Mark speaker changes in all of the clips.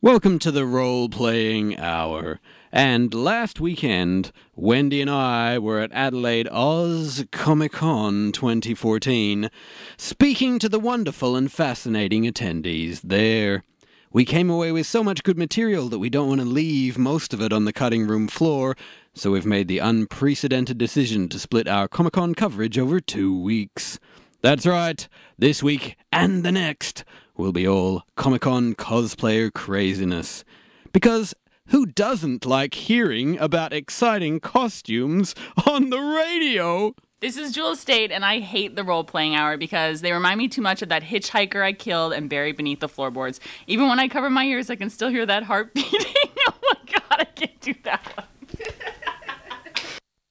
Speaker 1: Welcome to the Role Playing Hour. And last weekend, Wendy and I were at Adelaide Oz Comic Con 2014, speaking to the wonderful and fascinating attendees there. We came away with so much good material that we don't want to leave most of it on the cutting room floor, so we've made the unprecedented decision to split our Comic Con coverage over two weeks. That's right, this week and the next will be all Comic Con cosplayer craziness. Because who doesn't like hearing about exciting costumes on the radio?
Speaker 2: This is Jewel State, and I hate the role playing hour because they remind me too much of that hitchhiker I killed and buried beneath the floorboards. Even when I cover my ears, I can still hear that heart beating. oh my god, I can't do that one.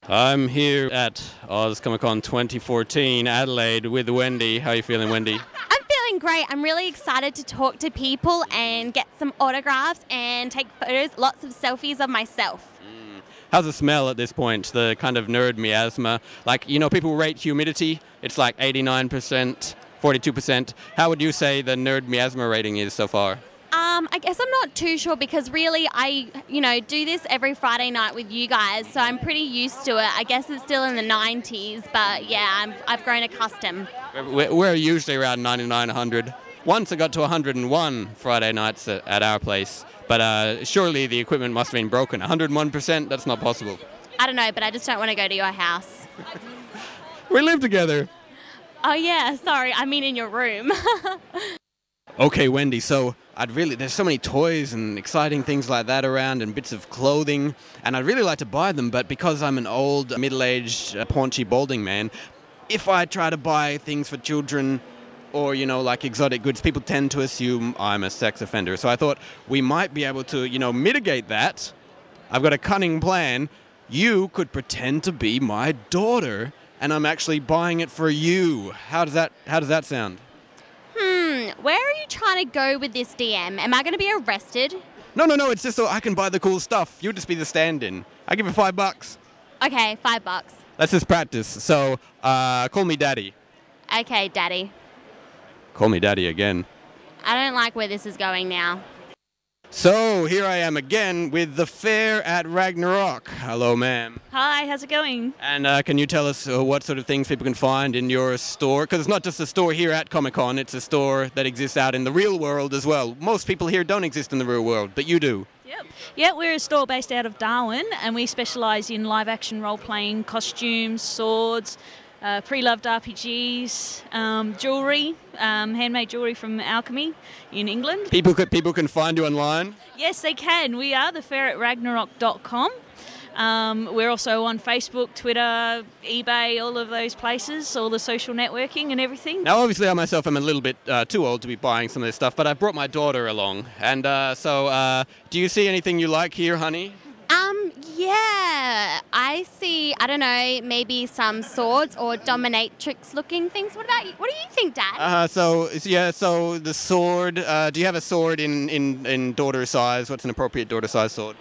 Speaker 1: I'm here at Oz Comic Con 2014 Adelaide with Wendy. How are you feeling, Wendy?
Speaker 3: I'm feeling great. I'm really excited to talk to people and get some autographs and take photos, lots of selfies of myself.
Speaker 1: How's the smell at this point? The kind of nerd miasma. Like, you know, people rate humidity, it's like 89%, 42%. How would you say the nerd miasma rating is so far?
Speaker 3: Um, I guess I'm not too sure because really I, you know, do this every Friday night with you guys, so I'm pretty used to it. I guess it's still in the 90s, but yeah, I'm, I've grown accustomed.
Speaker 1: We're we're usually around 99, 100. Once it got to 101 Friday nights at, at our place, but uh, surely the equipment must have been broken. 101%? That's not possible.
Speaker 3: I don't know, but I just don't want to go to your house.
Speaker 1: We live together.
Speaker 3: Oh yeah, sorry. I mean in your room.
Speaker 1: Okay, Wendy, so I'd really, there's so many toys and exciting things like that around and bits of clothing, and I'd really like to buy them, but because I'm an old, middle aged, uh, paunchy, balding man, if I try to buy things for children or, you know, like exotic goods, people tend to assume I'm a sex offender. So I thought we might be able to, you know, mitigate that. I've got a cunning plan. You could pretend to be my daughter, and I'm actually buying it for you. How does that, how does that sound?
Speaker 3: Hmm, Where are you trying to go with this DM? Am I going to be arrested?
Speaker 1: No, no, no. It's just so I can buy the cool stuff. You'll just be the stand-in. I give you five bucks.
Speaker 3: Okay, five bucks.
Speaker 1: Let's just practice. So, uh, call me daddy.
Speaker 3: Okay, daddy.
Speaker 1: Call me daddy again.
Speaker 3: I don't like where this is going now.
Speaker 1: So here I am again with the fair at Ragnarok. Hello, ma'am.
Speaker 4: Hi, how's it going?
Speaker 1: And uh, can you tell us uh, what sort of things people can find in your store? Because it's not just a store here at Comic Con; it's a store that exists out in the real world as well. Most people here don't exist in the real world, but you do.
Speaker 4: Yep. Yeah, we're a store based out of Darwin and we specialise in live action role playing, costumes, swords, uh, pre loved RPGs, um, jewellery, um, handmade jewellery from Alchemy in England.
Speaker 1: People could, people can find you online.
Speaker 4: Yes, they can. We are the fair at ragnarok.com. Um, we're also on Facebook, Twitter, eBay, all of those places, all the social networking and everything.
Speaker 1: Now, obviously, I myself am a little bit uh, too old to be buying some of this stuff, but I brought my daughter along. And uh, so, uh, do you see anything you like here, honey?
Speaker 3: Um, yeah, I see. I don't know, maybe some swords or dominatrix-looking things. What about you? What do you think, Dad?
Speaker 1: Uh, so yeah, so the sword. Uh, do you have a sword in, in, in daughter size? What's an appropriate daughter size sword?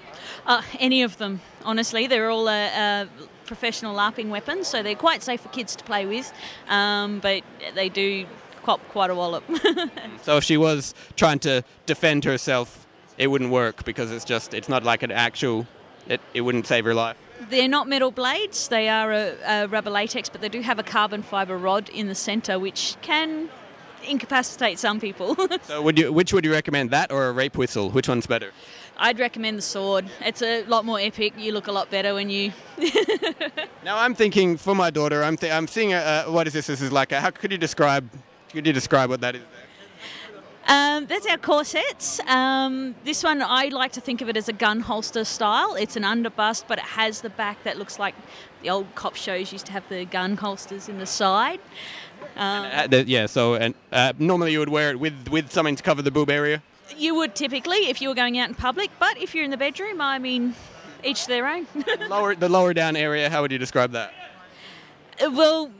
Speaker 4: Uh, any of them, honestly. They're all uh, uh, professional LARPing weapons, so they're quite safe for kids to play with, um, but they do cop quite a wallop.
Speaker 1: So if she was trying to defend herself, it wouldn't work because it's just it's not like an actual. It, it wouldn't save her life.
Speaker 4: they're not metal blades, they are a, a rubber latex, but they do have a carbon fibre rod in the centre, which can incapacitate some people.
Speaker 1: So would you which would you recommend that or a rape whistle? Which one's better?
Speaker 4: I'd recommend the sword. It's a lot more epic. You look a lot better when you.
Speaker 1: Now I'm thinking for my daughter. I'm th- I'm seeing a, uh what is this? This is like a, how could you describe? Could you describe what that is?
Speaker 4: Um, that's our corsets. Um, this one, I like to think of it as a gun holster style. It's an underbust, but it has the back that looks like the old cop shows used to have the gun holsters in the side. Um,
Speaker 1: Uh, the- yeah. So and uh, normally you would wear it with with something to cover the boob area.
Speaker 4: you would typically if you were going out in public, but if you're in the bedroom, I mean, each their own. Uh,
Speaker 1: Lower the lower down area. How would you describe that?
Speaker 4: well,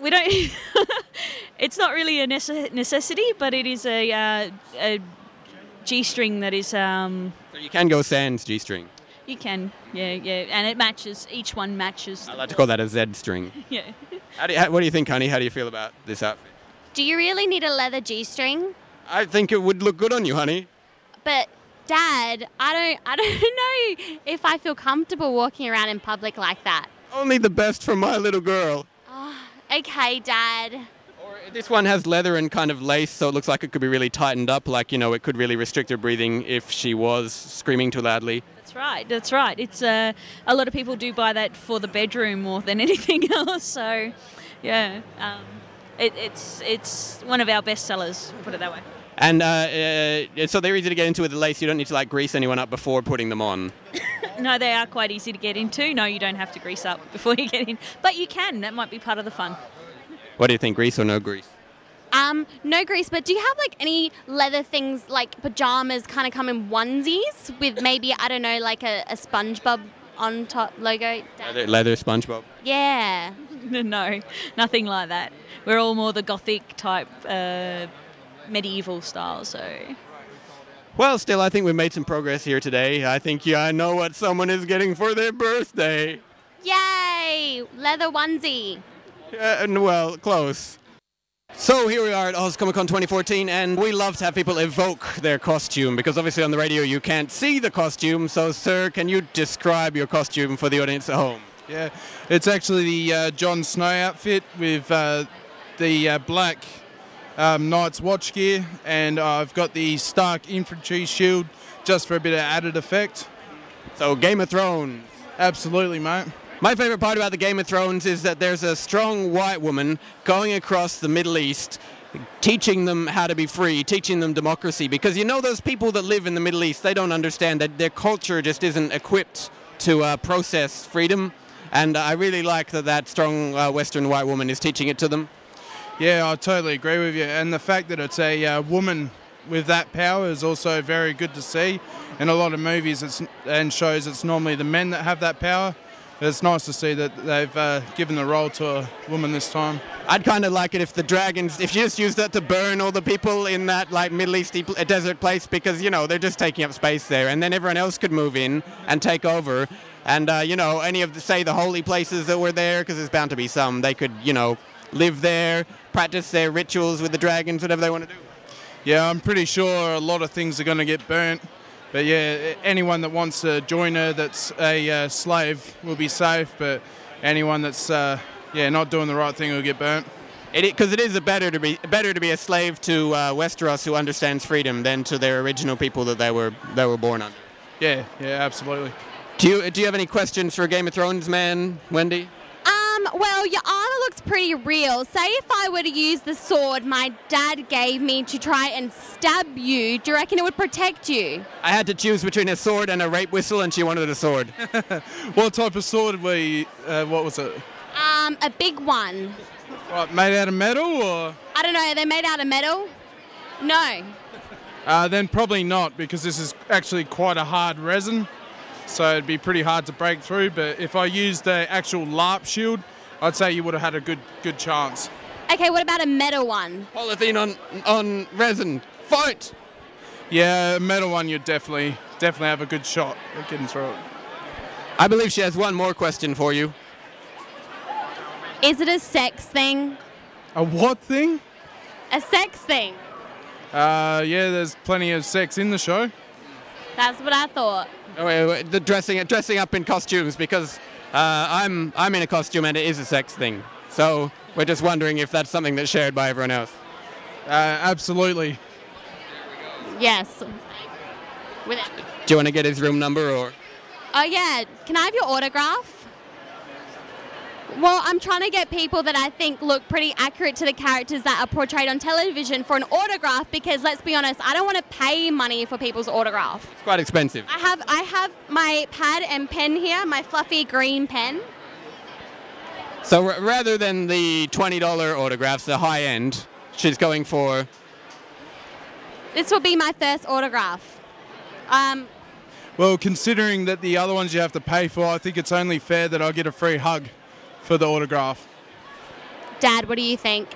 Speaker 4: we don't. it's not really a nece- necessity, but it is a, uh, a G string that is. Um,
Speaker 1: So you can go sans g string.
Speaker 4: you can, yeah, yeah, and it matches. Each one matches.
Speaker 1: I like to call that a z string.
Speaker 4: Yeah.
Speaker 1: How do you, how, what do you think, honey? How do you feel about this outfit?
Speaker 3: Do you really need a leather G-string?
Speaker 1: I think it would look good on you, honey.
Speaker 3: But Dad, I don't, I don't know if I feel comfortable walking around in public like that.
Speaker 1: Only the best for my little girl.
Speaker 3: Okay, Dad.
Speaker 1: Or this one has leather and kind of lace, so it looks like it could be really tightened up. Like you know, it could really restrict her breathing if she was screaming too loudly.
Speaker 4: That's right. That's right. It's uh, a lot of people do buy that for the bedroom more than anything else. So, yeah, um, it, it's it's one of our best sellers. Put it that way.
Speaker 1: And uh, uh, so they're easy to get into with the lace. You don't need to like grease anyone up before putting them on.
Speaker 4: No, they are quite easy to get into. No, you don't have to grease up before you get in, but you can. That might be part of the fun.
Speaker 1: What do you think, grease or no grease?
Speaker 3: Um, no grease, but do you have like any leather things like pajamas kind of come in onesies with maybe, I don't know, like a, a SpongeBob on top logo?
Speaker 1: Leather, leather SpongeBob.
Speaker 3: Yeah.
Speaker 4: no, nothing like that. We're all more the gothic type, uh, medieval style. So,
Speaker 1: Well, still, I think we've made some progress here today. I think yeah, I know what someone is getting for their birthday.
Speaker 3: Yay! Leather onesie.
Speaker 1: Uh, n- well, close. So here we are at Oz Comic Con 2014, and we love to have people evoke their costume because obviously on the radio you can't see the costume. So, sir, can you describe your costume for the audience at home?
Speaker 5: Yeah, it's actually the uh, John Snow outfit with uh, the uh, black um, Knight's watch gear, and I've got the Stark infantry shield just for a bit of added effect.
Speaker 1: So, Game of Thrones.
Speaker 5: Absolutely, mate.
Speaker 1: My favorite part about the Game of Thrones is that there's a strong white woman going across the Middle East teaching them how to be free, teaching them democracy because you know those people that live in the Middle East, they don't understand that their culture just isn't equipped to uh, process freedom. And I really like that that strong uh, Western white woman is teaching it to them.
Speaker 5: Yeah, I totally agree with you, and the fact that it's a uh, woman with that power is also very good to see. In a lot of movies it's, and shows, it's normally the men that have that power. It's nice to see that they've uh, given the role to a woman this time.
Speaker 1: I'd kind of like it if the dragons, if you just used that to burn all the people in that like Middle Easty pl- desert place because you know they're just taking up space there, and then everyone else could move in and take over, and uh, you know any of the say the holy places that were there because there's bound to be some they could you know live there, practice their rituals with the dragons, whatever they want to do.
Speaker 5: Yeah, I'm pretty sure a lot of things are going to get burnt. But yeah, anyone that wants to join her that's a uh, slave will be safe. But anyone that's uh, yeah not doing the right thing will get burnt.
Speaker 1: It because it is a better to be better to be a slave to uh, Westeros who understands freedom than to their original people that they were they were born under.
Speaker 5: Yeah, yeah, absolutely.
Speaker 1: Do you do you have any questions for Game of Thrones man, Wendy?
Speaker 3: Um, well, your armor looks pretty real. Say if I were to use the sword my dad gave me to try and stab you, do you reckon it would protect you?
Speaker 1: I had to choose between a sword and a rape whistle, and she wanted a sword.
Speaker 5: What type of sword were you? Uh, what was it?
Speaker 3: Um, a big one.
Speaker 5: Right, made out of metal, or
Speaker 3: I don't know, they're made out of metal? No.
Speaker 5: uh, then probably not because this is actually quite a hard resin, so it'd be pretty hard to break through. But if I used the actual LARP shield, I'd say you would have had a good good chance.
Speaker 3: Okay, what about a metal one?
Speaker 1: Polythene on on resin. Fight!
Speaker 5: Yeah, metal one, you definitely definitely have a good shot at getting through it.
Speaker 1: I believe she has one more question for you.
Speaker 3: Is it a sex thing?
Speaker 5: A what thing?
Speaker 3: A sex thing.
Speaker 5: Uh, yeah, there's plenty of sex in the show.
Speaker 3: That's what I thought.
Speaker 1: Oh, wait, wait, the dressing dressing up in costumes because uh, I'm I'm in a costume and it is a sex thing. So we're just wondering if that's something that's shared by everyone else.
Speaker 5: Uh, absolutely.
Speaker 3: Yes. With
Speaker 1: Do you want to get his room number or?
Speaker 3: Oh yeah, can I have your autograph? Well, I'm trying to get people that I think look pretty accurate to the characters that are portrayed on television for an autograph because let's be honest, I don't want to pay money for people's autograph.
Speaker 1: It's quite expensive.
Speaker 3: I have I have my pad and pen here, my fluffy green pen.
Speaker 1: So r- rather than the twenty dollar autographs, the high end, she's going for.
Speaker 3: This will be my first autograph. Um,
Speaker 5: Well, considering that the other ones you have to pay for, I think it's only fair that I get a free hug for the autograph.
Speaker 3: Dad, what do you think?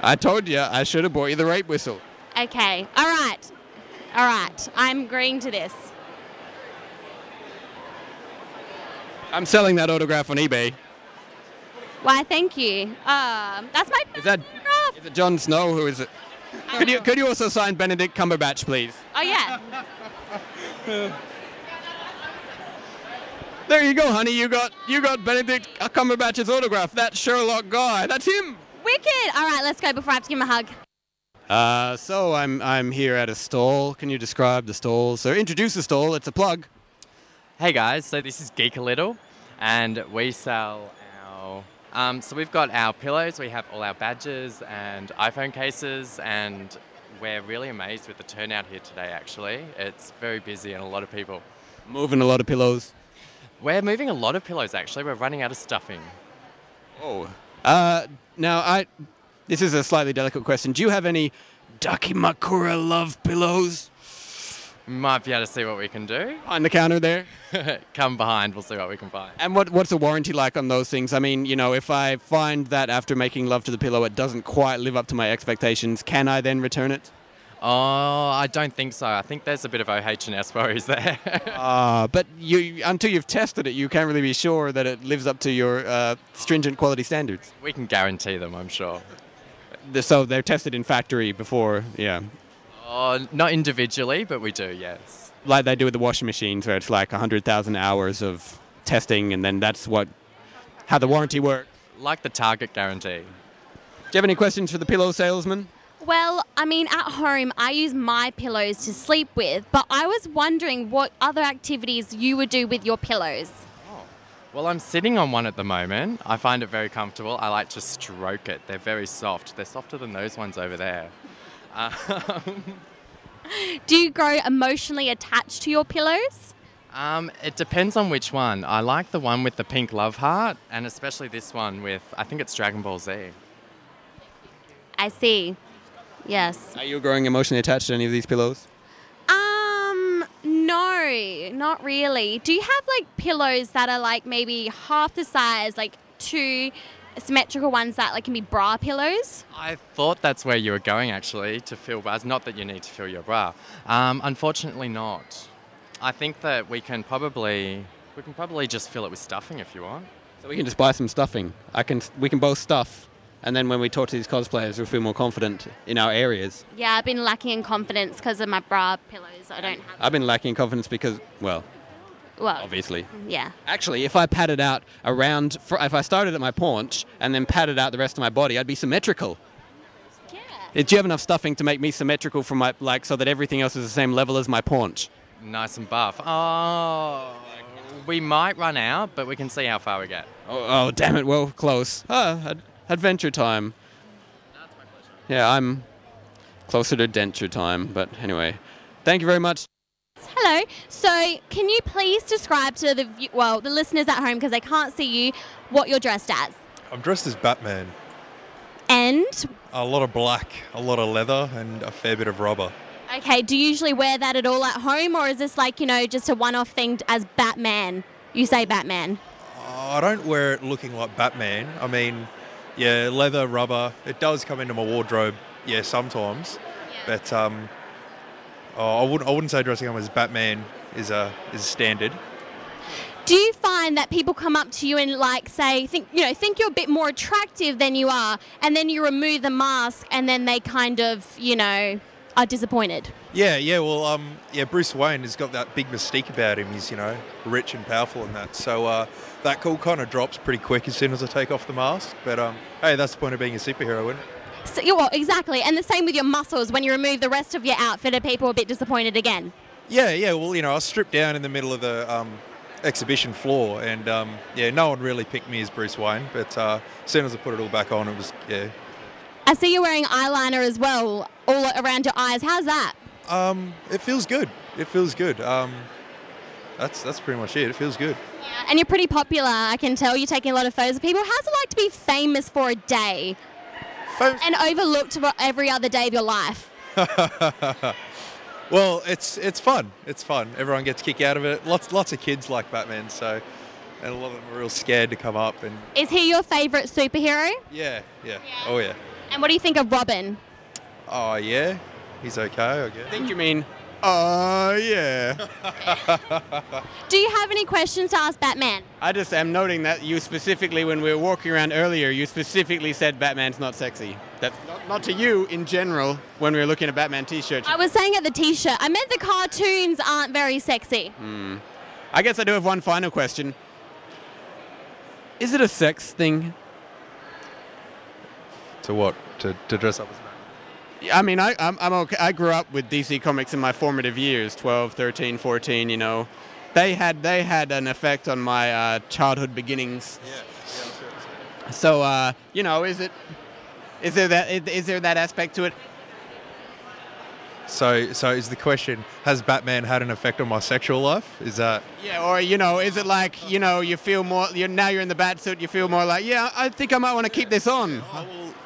Speaker 1: I told you I should have bought you the rape whistle.
Speaker 3: Okay. All right. All right. I'm agreeing to this.
Speaker 1: I'm selling that autograph on eBay.
Speaker 3: Why, thank you. Um, that's my
Speaker 1: Is that
Speaker 3: autograph.
Speaker 1: is it Jon Snow? Who is it? Could you could you also sign Benedict Cumberbatch, please?
Speaker 3: Oh yeah.
Speaker 1: There you go, honey. You got you got Benedict Cumberbatch's autograph. That Sherlock guy. That's him.
Speaker 3: Wicked! All right, let's go before I have to give him a hug.
Speaker 1: Uh, so I'm I'm here at a stall. Can you describe the stall? So introduce the stall. It's a plug.
Speaker 6: Hey guys, so this is Geek a Little, and we sell our. Um, so we've got our pillows, we have all our badges and iPhone cases, and we're really amazed with the turnout here today. Actually, it's very busy and a lot of people.
Speaker 1: Moving a lot of pillows.
Speaker 6: We're moving a lot of pillows. Actually, we're running out of stuffing.
Speaker 1: Oh. Uh, now I. This is a slightly delicate question. Do you have any Dakimakura love pillows
Speaker 6: Might be able to see what we can do.
Speaker 1: on the counter there?
Speaker 6: Come behind, we'll see what we can find.
Speaker 1: And what what's the warranty like on those things? I mean, you know, if I find that after making love to the pillow it doesn't quite live up to my expectations, can I then return it?
Speaker 6: Oh, I don't think so. I think there's a bit of OH and S worries there.
Speaker 1: Uh, but you until you've tested it, you can't really be sure that it lives up to your uh, stringent quality standards.
Speaker 6: we can guarantee them, I'm sure.
Speaker 1: The- So they're tested in factory before, yeah,
Speaker 6: Oh, not individually, but we do, yes.
Speaker 1: like they do with the washing machines, where it's like hundred thousand hours of testing, and then that's what how the warranty works.
Speaker 6: Like the target guarantee.
Speaker 1: Do you have any questions for the pillow salesman?
Speaker 3: Well, I mean, at home, I use my pillows to sleep with, but I was wondering what other activities you would do with your pillows.
Speaker 6: Well, I'm sitting on one at the moment. I find it very comfortable. I like to stroke it. They're very soft. They're softer than those ones over there.
Speaker 3: Do you grow emotionally attached to your pillows?
Speaker 6: Um, it depends on which one. I like the one with the pink love heart, and especially this one with, I think it's Dragon Ball Z.
Speaker 3: I see. Yes.
Speaker 1: Are you growing emotionally attached to any of these pillows?
Speaker 3: Um, no, not really. Do you have like pillows that are like maybe half the size, like two symmetrical ones that like can be bra pillows?
Speaker 6: I thought that's where you were going actually to fill bras. Not that you need to fill your bra. Um, unfortunately, not. I think that we can probably we can probably just fill it with stuffing if you want.
Speaker 1: So we can just buy some stuffing. I can. We can both stuff, and then when we talk to these cosplayers, we'll feel more confident in our areas.
Speaker 3: Yeah, I've been lacking in confidence because of my bra pillows. I don't have.
Speaker 1: I've been lacking confidence because, well,
Speaker 3: Well,
Speaker 1: obviously.
Speaker 3: yeah.
Speaker 1: Actually, if I padded out around, fr- if I started at my paunch and then padded out the rest of my body, I'd be symmetrical.
Speaker 3: Yeah.
Speaker 1: Do you have enough stuffing to make me symmetrical from my like so that everything else is the same level as my paunch?
Speaker 6: Nice and buff. Oh, we might run out, but we can see how far we get.
Speaker 1: Oh, oh damn it! Well, close. Ah, ad- adventure time. Yeah, I'm closer to denture time, but anyway, thank you very much.
Speaker 3: Hello. So, can you please describe to the view- well, the listeners at home because they can't see you what you're dressed as?
Speaker 7: I'm dressed as Batman.
Speaker 3: And
Speaker 7: A lot of black, a lot of leather, and a fair bit of rubber.
Speaker 3: okay, do you usually wear that at all at home or is this like, you know, just a one-off thing as Batman? You say Batman.
Speaker 7: I don't wear it looking like Batman. I mean, yeah, leather, rubber. It does come into my wardrobe, yeah, sometimes. But um, oh, I wouldn't. I wouldn't say dressing up as Batman is a is standard.
Speaker 3: Do you find that people come up to you and like say think, you know, think you're a bit more attractive than you are and then you remove the mask and then they kind of, you know, are disappointed?
Speaker 7: Yeah, yeah. Well, um, yeah. Bruce Wayne has got that big mystique about him. He's you know rich and powerful and that. So uh, that call kind of drops pretty quick as soon as I take off the mask. But um, hey, that's the point of being a superhero, isn't it?
Speaker 3: So, yeah, well, exactly. And the same with your muscles when you remove the rest of your outfit are people a bit disappointed again?
Speaker 7: Yeah, yeah. Well, you know, I was stripped down in the middle of the um, exhibition floor, and um, yeah, no one really picked me as Bruce Wayne. But uh, as soon as I put it all back on, it was yeah.
Speaker 3: I see you're wearing eyeliner as well, all around your eyes. How's that?
Speaker 7: Um, it feels good. It feels good. Um, that's that's pretty much it. It feels good.
Speaker 3: And you're pretty popular, I can tell. You're taking a lot of photos of people. How's it like to be famous for a day
Speaker 7: Fam-
Speaker 3: and overlooked for every other day of your life?
Speaker 7: well, it's it's fun. It's fun. Everyone gets a kick out of it. Lots lots of kids like Batman, so and a lot of them are real scared to come up. And
Speaker 3: Is he your favourite superhero?
Speaker 7: yeah, yeah, oh yeah,
Speaker 3: And what do you think of Robin?
Speaker 7: oh yeah. He's okay, I guess.
Speaker 1: I think you mean
Speaker 7: Oh yeah.
Speaker 1: yeah.
Speaker 3: Do you have any questions to ask Batman?
Speaker 1: I just am noting that you specifically, when we were walking around earlier, you specifically said Batman's not sexy. That's not, not to you in general when we were looking at Batman t-shirts.
Speaker 3: I was saying at the T-shirt. I meant the cartoons aren't very sexy.
Speaker 1: Hmm. I guess I do have one final question. Is it a sex thing?
Speaker 8: To what? To, to dress up as Batman.
Speaker 1: I mean, I, I'm, I'm okay. I grew up with DC Comics in my formative years, 12, 13, 14, you know. They had, they had an effect on my uh, childhood beginnings. So, uh, you know, is it, is there that, is, is there that aspect to it?
Speaker 8: So, so is the question: Has Batman had an effect on my sexual life? Is that
Speaker 1: Yeah, or, you know, is it like, you know, you feel more, you're, now you're in the bat suit, you feel more like, yeah, I think I might want to keep this on.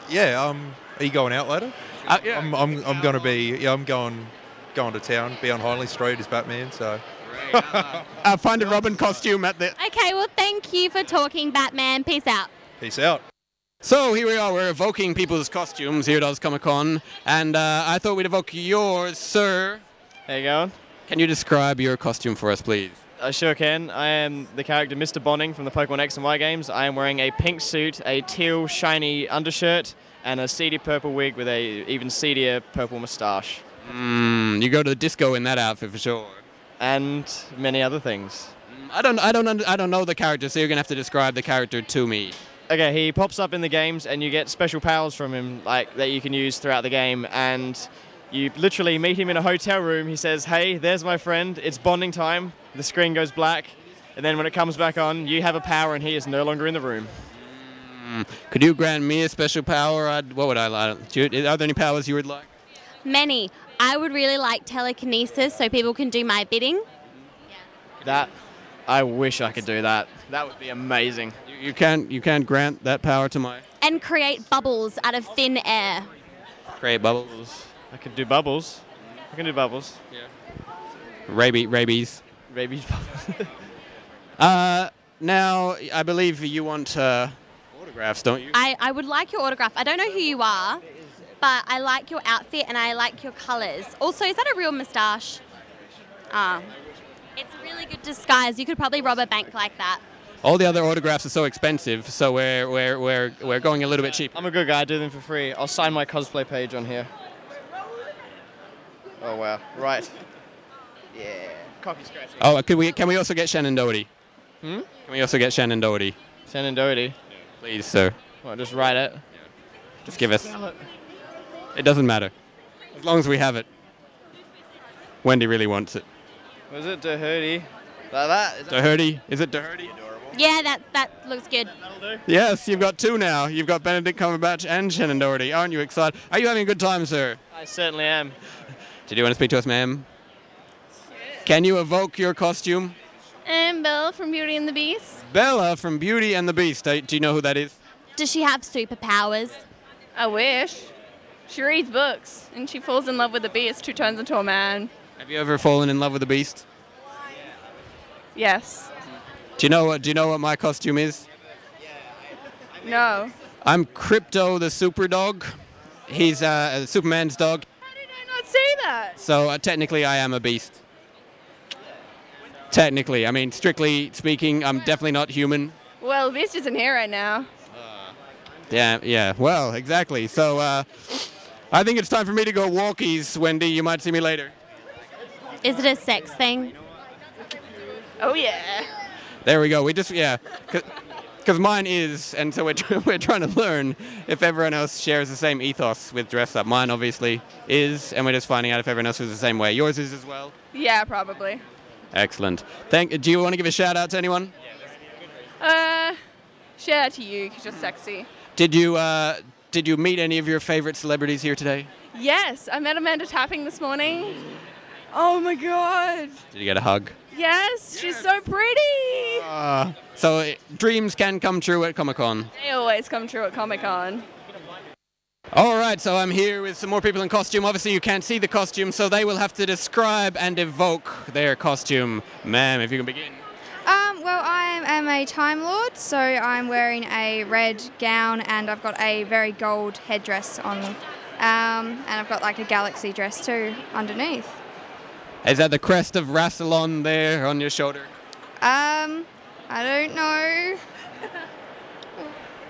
Speaker 8: yeah? Um, are you going out later?
Speaker 1: Uh, yeah.
Speaker 8: I'm, I'm, I'm going to be. Yeah, I'm going going to town. Be on Hindley Street as Batman. So
Speaker 1: I Uh, find a Robin costume at the.
Speaker 3: Okay, well, thank you for talking, Batman. Peace out.
Speaker 8: peace out.
Speaker 1: So here we are, we're evoking people's costumes here at Oz Comic Con, and uh, I thought we'd evoke yours, sir.
Speaker 9: How you going?
Speaker 1: Can you describe your costume for us, please?
Speaker 9: I sure can. I am the character Mr. Bonning from the Pokemon X and Y games. I am wearing a pink suit, a teal shiny undershirt, and a seedy purple wig with a even seedier purple moustache,
Speaker 1: Mm, you go to the disco in that outfit for sure.
Speaker 9: and many other things.
Speaker 1: I don't, I don't, un- I don't know the character, so you're gonna have to describe the character to me.
Speaker 9: Okay, he pops up in the games, and you get special powers from him, like that you can use throughout the game. And you literally meet him in a hotel room. He says, "Hey, there's my friend. It's bonding time." The screen goes black, and then when it comes back on, you have a power, and he is no longer in the room.
Speaker 1: hmm, Could you grant me a special power? I'd, what would I like? Do you- Are there any powers you would like?
Speaker 3: Many. I would really like telekinesis so people can do my bidding.
Speaker 9: That, I wish I could do that. That would be amazing.
Speaker 1: You, you can't, you can't grant that power to my
Speaker 3: and create bubbles out of thin air.
Speaker 1: great bubble.
Speaker 9: Bubbles. I could do bubbles. I can do bubbles.
Speaker 1: Rabies, rabies.
Speaker 9: Rabies bubbles.
Speaker 1: Uh, now I believe you want uh, autographs, don't you?
Speaker 3: I, I would like your autograph. I don't know who you are, but I like your outfit and I like your colours. Also, is that a real moustache? Ah. It's a really good disguise. You could probably rob a bank like that.
Speaker 1: All the other autographs are so expensive, so we're we're we're, we're going a little bit cheap.
Speaker 9: I'm a good guy. I do them for free. I'll sign my cosplay page on here. Oh wow. Right. Yeah. Cocky scratch.
Speaker 1: Oh, could we? Can we also get Shannon Doherty? Hmm? Can we also get Shannon Doherty,
Speaker 9: Shannon Doherty.
Speaker 1: please, sir?
Speaker 9: Well, just write it.
Speaker 1: Just give us. It doesn't matter, as long as we have it. Wendy really wants it.
Speaker 9: Was it Doherty? Like that? Is that
Speaker 1: Doherty, is it Doherty?
Speaker 3: Yeah, that, that looks good.
Speaker 1: Yes, you've got two now. You've got Benedict Cumberbatch and Shannon Doherty. Aren't you excited? Are you having a good time, sir?
Speaker 9: I certainly am.
Speaker 1: Did you want to speak to us, ma'am? Can you evoke your costume?
Speaker 10: I'm Belle from Beauty and the Beast.
Speaker 1: Bella from Beauty and the Beast. Uh, Do you know who that is?
Speaker 3: Does she have superpowers?
Speaker 10: I wish. She reads books and she falls in love with a beast who turns into a man.
Speaker 1: Have you ever fallen in love with a beast?
Speaker 10: Yes.
Speaker 1: Do you know what? Do you know what my costume is?
Speaker 10: No.
Speaker 1: I'm Crypto the Super Dog. He's uh, Superman's dog.
Speaker 10: How did I not see that?
Speaker 1: So uh, technically, I am a beast. Technically, I mean, strictly speaking, I'm definitely not human.
Speaker 10: Well, the beast isn't here right now.
Speaker 1: Yeah, yeah. Well, exactly. So uh, I think it's time for me to go walkies, Wendy. You might see me later.
Speaker 3: Is it a sex thing?
Speaker 10: Oh, yeah.
Speaker 1: There we go. We just yeah, because mine is, and so we're tr- we're trying to learn if everyone else shares the same ethos with dress up. Mine obviously is, and we're just finding out if everyone else is the same way. Yours is as well.
Speaker 10: Yeah, probably.
Speaker 1: Excellent. Thank. Do you want to give a shout out to anyone?
Speaker 10: Uh, shout out to you because you're sexy.
Speaker 1: Did you uh, did you meet any of your favorite celebrities here today?
Speaker 10: Yes, I met Amanda Tapping this morning. Oh my god.
Speaker 1: Did you get a hug?
Speaker 10: Yes, she's so pretty.
Speaker 1: Uh, so it, dreams can come true at Comic Con.
Speaker 10: They always come true at Comic Con.
Speaker 1: All right, so I'm here with some more people in costume. Obviously, you can't see the costume, so they will have to describe and evoke their costume. Ma'am, if you can begin.
Speaker 11: Um, well, I am a Time Lord, so I'm wearing a red gown and I've got a very gold headdress on. Um, and I've got like a galaxy dress too underneath.
Speaker 1: Is that the crest of Rassilon there on your shoulder?
Speaker 11: Um, I don't know.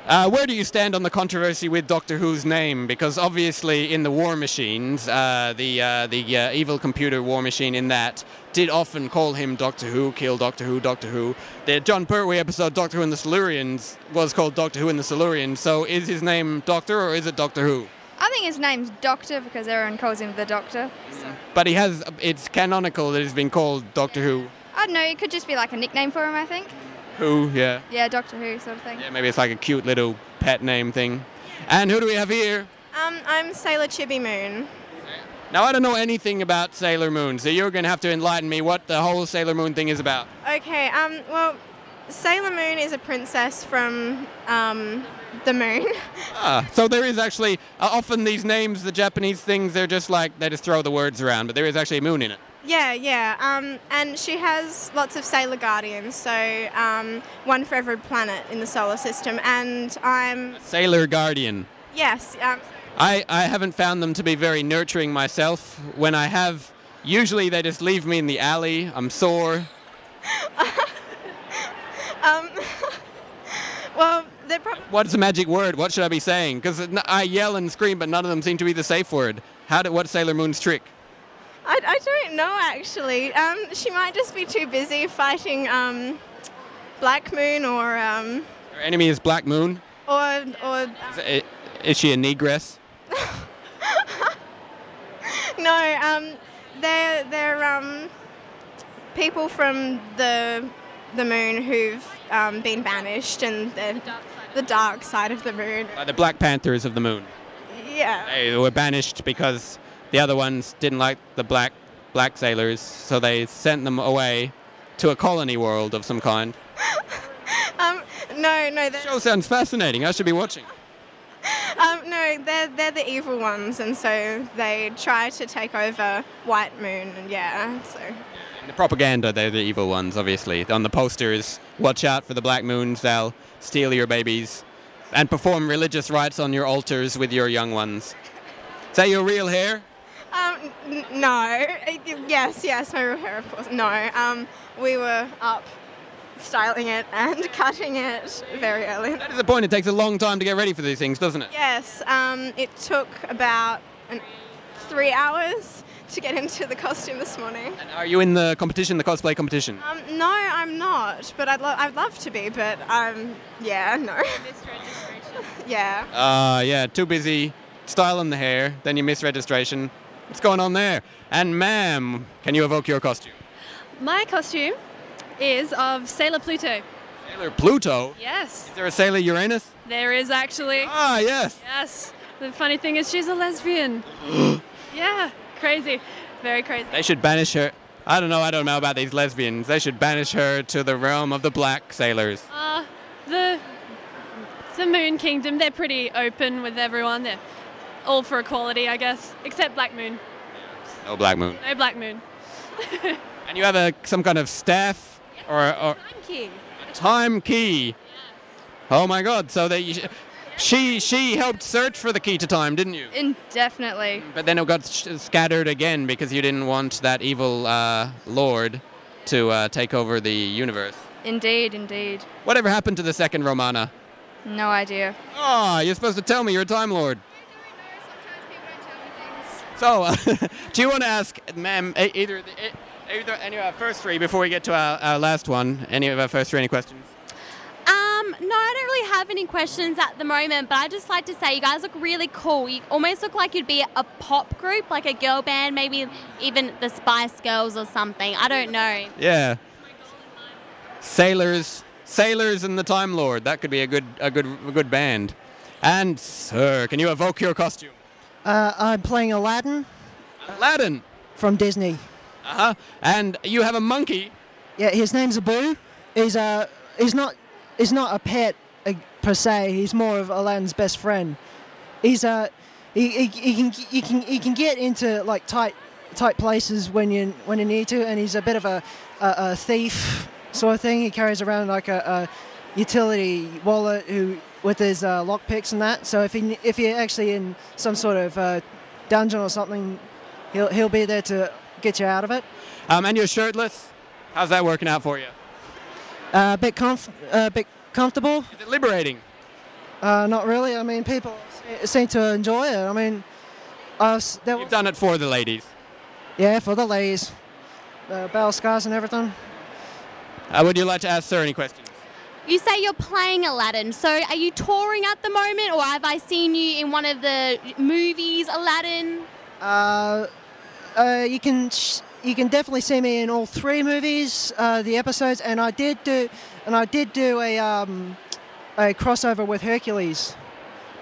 Speaker 1: Uh, where do you stand on the controversy with Doctor Who's name? Because obviously, in the War Machines, uh, the uh, the uh, evil computer War Machine in that did often call him Doctor Who, kill Doctor Who, Doctor Who. The John Pertwee episode Doctor Who and the Silurians was called Doctor Who and the Silurians. So, is his name Doctor or is it Doctor Who?
Speaker 11: I think his name's Doctor because everyone calls him the Doctor. So.
Speaker 1: But he has it's canonical that he's been called Doctor Who.
Speaker 11: I don't know. It could just be like a nickname for him. I think.
Speaker 1: Who? Yeah.
Speaker 11: Yeah, Doctor Who sort of thing.
Speaker 1: Yeah, maybe it's like a cute little pet name thing. And who do we have here?
Speaker 12: Um, I'm Sailor Chibi Moon.
Speaker 1: Now, I don't know anything about Sailor Moon, so you're going to have to enlighten me what the whole Sailor Moon thing is about.
Speaker 12: Okay. Um, well, Sailor Moon is a princess from um, the moon.
Speaker 1: Ah, so there is actually, uh, often these names, the Japanese things, they're just like, they just throw the words around, but there is actually a moon in it.
Speaker 12: yeah, yeah. Um, and she has lots of Sailor Guardians, so um, one for every planet in the solar system. And I'm
Speaker 1: Sailor Guardian.
Speaker 12: yes. Um,
Speaker 1: I, I haven't found them to be very nurturing myself. When I have, usually they just leave me in the alley. I'm sore.
Speaker 12: um, well, they're probably.
Speaker 1: What's the magic word? What should I be saying? Because I yell and scream, but none of them seem to be the safe word. How do, what's Sailor Moon's trick?
Speaker 12: I, I don't know actually. Um, she might just be too busy fighting um, Black Moon or um,
Speaker 1: Her enemy is Black Moon.
Speaker 12: or or
Speaker 1: Is, i- is she a negress?
Speaker 12: no. Um, they're they're um, people from the the moon who've um, been banished and the the dark side of the moon.
Speaker 1: Like Uh, the Black Panthers of the Moon.
Speaker 12: Yeah.
Speaker 1: They were banished because the other ones didn't like the black black sailors, so they sent them away to a colony world of some kind.
Speaker 12: Um, no, no. They're,
Speaker 1: Show sounds fascinating. I should be watching.
Speaker 12: um, no, they're they're the evil ones, and so they try to take over White Moon. And yeah, so.
Speaker 1: In the propaganda, they're the evil ones, obviously. On the posters, watch out for the black moons, they'll steal your babies and perform religious rites on your altars with your young ones. Is that your real hair?
Speaker 12: Um, n- no. Yes, yes, my real hair, of course. No. Um, we were up styling it and cutting it very early.
Speaker 1: That is the point. It takes a long time to get ready for these things, doesn't it?
Speaker 12: Yes, um, it took about an, three hours to get into the costume this morning.
Speaker 1: Are you in the competition, the cosplay competition?
Speaker 12: Um, no, I'm not, but I'd, lo- I'd love to be, but um, yeah, no. yeah.
Speaker 1: Uh, yeah, too busy styling the hair, then you miss registration. What's going on there? And ma'am, can you evoke your costume?
Speaker 13: My costume is of Sailor Pluto.
Speaker 1: Sailor Pluto?
Speaker 13: Yes,
Speaker 1: Is there a Sailor Uranus?
Speaker 13: there is actually.
Speaker 1: Ah, yes.
Speaker 13: Yes. The funny thing is, she's a lesbian. yeah, crazy. Very crazy.
Speaker 1: They should banish her. I don't know, I don't know about these lesbians. They should banish her to the realm of the black sailors.
Speaker 13: Uh, the the Moon Kingdom, they're pretty open with everyone. They're all for equality, I guess, except Black Moon.
Speaker 1: No Black Moon.
Speaker 13: No Black Moon.
Speaker 1: And you have a, some kind of staff or, or
Speaker 13: Monkey.
Speaker 1: time key. Oh my god, so that you. Sh- she she helped search for the key to time, didn't you?
Speaker 11: Indefinitely.
Speaker 1: But then it got sh- scattered again because you didn't want that evil uh, lord to uh, take over the universe.
Speaker 11: Indeed, indeed.
Speaker 1: Whatever happened to the second Romana?
Speaker 11: No idea.
Speaker 1: Oh, you're supposed to tell me you're a Time Lord. So, uh, do you want to ask, ma'am, e- either, the, e- either any of our first three before we get to our, our last one? Any of our first three, any questions?
Speaker 3: Um, no, I don't really have any questions at the moment, but I just like to say you guys look really cool. You almost look like you'd be a pop group, like a girl band, maybe even the Spice Girls or something. I don't know.
Speaker 1: Yeah. Sailors, sailors, and the Time Lord. That could be a good, a good, a good band. And sir, can you evoke your costume?
Speaker 14: Uh, I'm playing Aladdin
Speaker 1: Aladdin.
Speaker 14: from Disney.
Speaker 1: Uh huh. And you have a monkey.
Speaker 14: Yeah, his name's Abu. He's a he's not he's not a pet uh, per se. He's more of Aladdin's best friend. He's a he, he, he can he can he can get into like tight tight places when you when you need to, and he's a bit of a a, a thief sort of thing. He carries around like a, a utility wallet who with his uh, lock picks and that. So if he if you're actually in some sort of uh, dungeon or something, he'll he'll be there to get you out of it.
Speaker 1: Um, and you're shirtless. How's that working out for you?
Speaker 14: Uh, a bit comf- uh, bit comfortable.
Speaker 1: Is it liberating?
Speaker 14: Uh, not really. I mean, people se- seem to enjoy it. I mean, us. That
Speaker 1: You've done it for the ladies.
Speaker 14: yeah, for the ladies, the battle scars and everything.
Speaker 1: Uh, would you like to ask sir any questions?
Speaker 3: You say you're playing Aladdin, so are you touring at the moment, or have I seen you in one of the movies, Aladdin?
Speaker 14: Uh, uh, you can sh- you can definitely see me in all three movies, uh, the episodes, and I did do and I did do a um, a crossover with Hercules,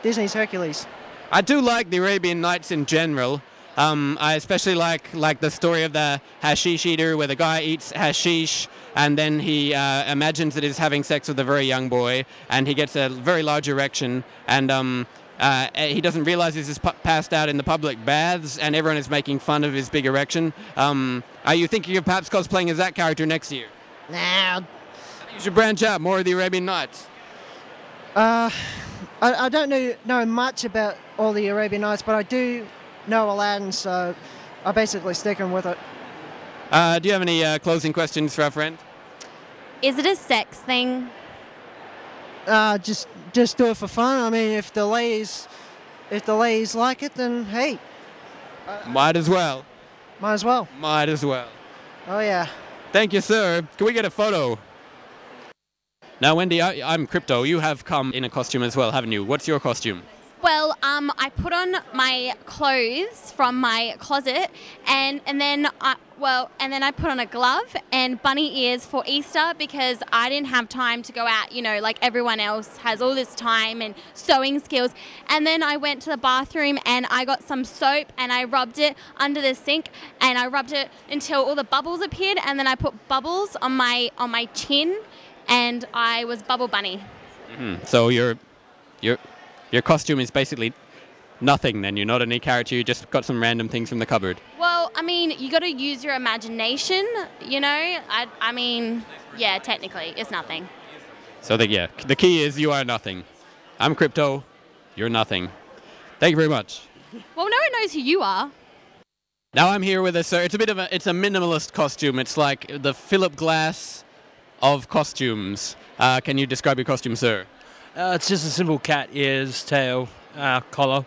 Speaker 14: Disney's Hercules.
Speaker 1: I do like the Arabian Nights in general. Um, I especially like like the story of the hashish eater, where the guy eats hashish and then he uh, imagines that he's having sex with a very young boy, and he gets a very large erection, and um, uh, he doesn't realize he's just pu- passed out in the public baths, and everyone is making fun of his big erection. Um, are you thinking of perhaps cosplaying as that character next year?
Speaker 14: Now,
Speaker 1: You should branch out more of the Arabian Nights.
Speaker 14: Uh, I, I don't know, know much about all the Arabian Nights, but I do know Aladdin, so I'm basically sticking with it.
Speaker 1: Uh, do you have any uh, closing questions for our friend?
Speaker 3: Is it a sex thing?
Speaker 14: Uh, just just do it for fun. I mean, if the ladies if the ladies like it, then hey,
Speaker 1: Might as well.
Speaker 14: might as well.
Speaker 1: Might as well.
Speaker 14: Oh yeah.
Speaker 1: Thank you, sir. Can we get a photo? Now, Wendy, I, I'm Crypto. You have come in a costume as well, haven't you? What's your costume?
Speaker 3: Well, um, I put on my clothes from my closet, and and then I well, and then I put on a glove and bunny ears for Easter because I didn't have time to go out. You know, like everyone else has all this time and sewing skills. And then I went to the bathroom and I got some soap and I rubbed it under the sink and I rubbed it until all the bubbles appeared. And then I put bubbles on my on my chin, and I was bubble bunny.
Speaker 1: Hmm, So your your your costume is basically nothing. Then you're not any character. You just got some random things from the cupboard.
Speaker 3: Well, I mean, you got to use your imagination, you know? I, I mean, yeah, technically, it's nothing.
Speaker 1: So that yeah, the key is you are nothing. I'm Crypto. You're nothing. Thank you very much.
Speaker 3: Well, no one knows who you are.
Speaker 1: Now I'm here with a sir. It's a bit of a it's a minimalist costume. It's like the Philip Glass of costumes. Uh, can you describe your costume, sir?
Speaker 15: Uh, it's just a simple cat ears, tail, uh, collar.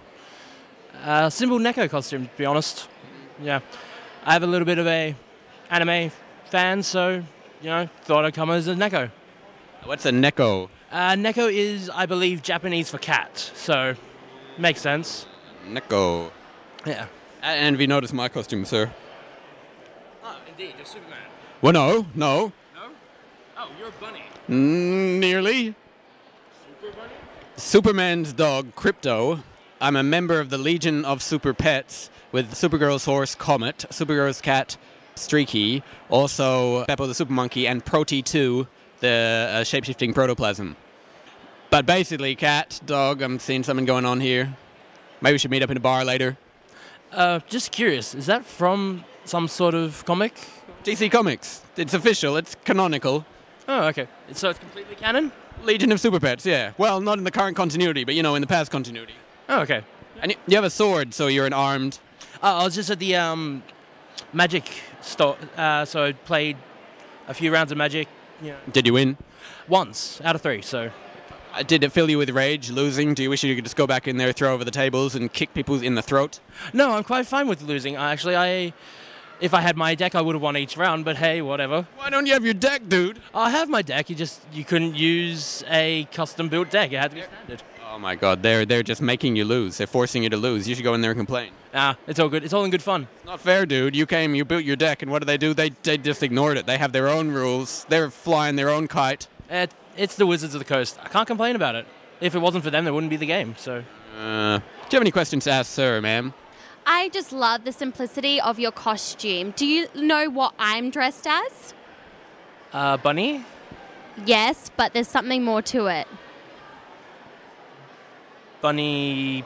Speaker 15: Uh, simple Neko costume, to be honest. Yeah, I have a little bit of a anime fan, so you know, thought I'd come as a Neko.
Speaker 1: What's a Neko?
Speaker 15: Uh, Neko is, I believe, Japanese for cat, so makes sense.
Speaker 1: Neko.
Speaker 15: Yeah.
Speaker 1: And have you noticed my costume, sir?
Speaker 15: Oh, indeed, you're Superman.
Speaker 1: Well, no, no.
Speaker 15: No? Oh, you're a bunny.
Speaker 1: Mm, nearly. Superman's dog, Crypto. I'm a member of the Legion of Super Pets with Supergirl's horse, Comet, Supergirl's cat, Streaky, also Beppo the Super Monkey, and Proti 2, the uh, shapeshifting protoplasm. But basically, cat, dog, I'm seeing something going on here. Maybe we should meet up in a bar later.
Speaker 15: Uh, just curious, is that from some sort of comic?
Speaker 1: DC Comics. It's official, it's canonical.
Speaker 15: Oh, okay. So it's completely canon?
Speaker 1: Legion of Super Pets, yeah. Well, not in the current continuity, but you know, in the past continuity.
Speaker 15: Oh, okay.
Speaker 1: And you, you have a sword, so you're an armed.
Speaker 15: Uh, I was just at the um, Magic store, uh, so I played a few rounds of Magic. You know,
Speaker 1: Did you win?
Speaker 15: once out of three, so
Speaker 1: Uh, Did it fill you with rage, losing? Do you wish you could just go back in there, throw over the tables, and kick people in the throat?
Speaker 15: no, I'm quite fine with losing. I actually, I if I had my deck, I would have won each round. But hey, whatever.
Speaker 1: Why don't you have your deck, dude?
Speaker 15: I have my deck. You just you couldn't use a custom built deck. It had to be standard.
Speaker 1: Oh my god, they're, they're just making you lose. They're forcing you to lose. You should go in there and complain.
Speaker 15: Nah, it's all good. It's all in good fun.
Speaker 1: Not fair, dude. You came, you built your deck, and what do they do? They, they just ignored it. They have their own rules, they're flying their own kite.
Speaker 15: It, it's the Wizards of the Coast. I can't complain about it. If it wasn't for them, there wouldn't be the game. So
Speaker 1: Uh, do you have any questions to ask, sir, ma'am?
Speaker 3: I just love the simplicity of your costume. Do you know what I'm dressed as?
Speaker 15: uh, bunny.
Speaker 3: Yes, but there's something more to it.
Speaker 15: Bunny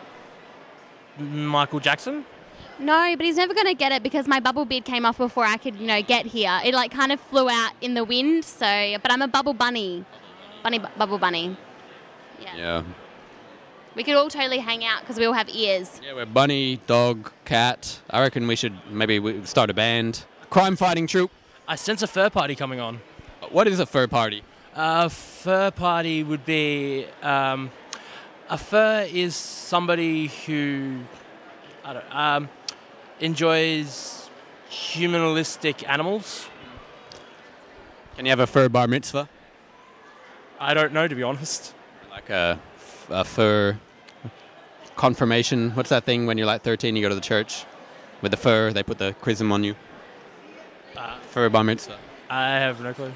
Speaker 15: Michael Jackson?
Speaker 3: No, but he's never going to get it because my bubble beard came off before I could, you know, get here. It like kind of flew out in the wind, so, but I'm a bubble bunny. Bunny, bu- bubble bunny.
Speaker 1: Yeah.
Speaker 3: We could all totally hang out because we all have ears.
Speaker 1: Yeah, we're bunny, dog, cat. I reckon we should maybe we start a band. Crime fighting troupe.
Speaker 15: I sense a fur party coming on.
Speaker 1: What is a fur party?
Speaker 15: Uh, fur party would be um, a fur is somebody who I don't um, enjoys humanistic animals.
Speaker 1: Can you have a fur bar mitzvah?
Speaker 15: I don't know to be honest.
Speaker 1: Like a, a fur confirmation. What's that thing when you're like 13? You go to the church with the fur. They put the chrism on you.
Speaker 15: Uh,
Speaker 1: Fur bar mitzvah.
Speaker 15: I have no clue.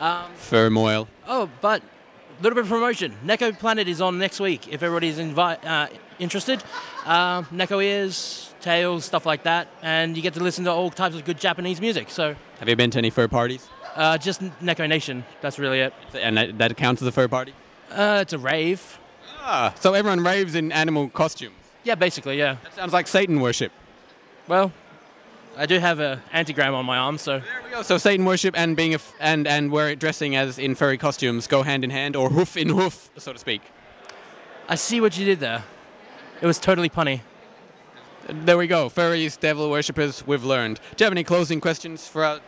Speaker 15: Um,
Speaker 1: Fur moil.
Speaker 15: Oh, but a little bit of promotion. Neko Planet is on next week. If everybody's invi- uh, interested, um, Neko ears, tails, stuff like that, and you get to listen to all types of good Japanese music. So,
Speaker 1: Have you been to any fur parties?
Speaker 15: uh, just Neko Nation. That's really it.
Speaker 1: And that, that counts as a fur party?
Speaker 15: Uh, it's a rave.
Speaker 1: Ah, so everyone raves in animal costumes.
Speaker 15: Yeah, basically, yeah. That
Speaker 1: sounds like Satan worship.
Speaker 15: Well, I do have a antigram on my arm, so. There
Speaker 1: we go. So Satan worship and being a f- and and wearing dressing as in furry costumes go hand in hand, or hoof in hoof, so to speak.
Speaker 15: I see what you did there. It was totally punny.
Speaker 1: There we go. Furries, devil worshippers, we've learned. Do you have any closing questions for our?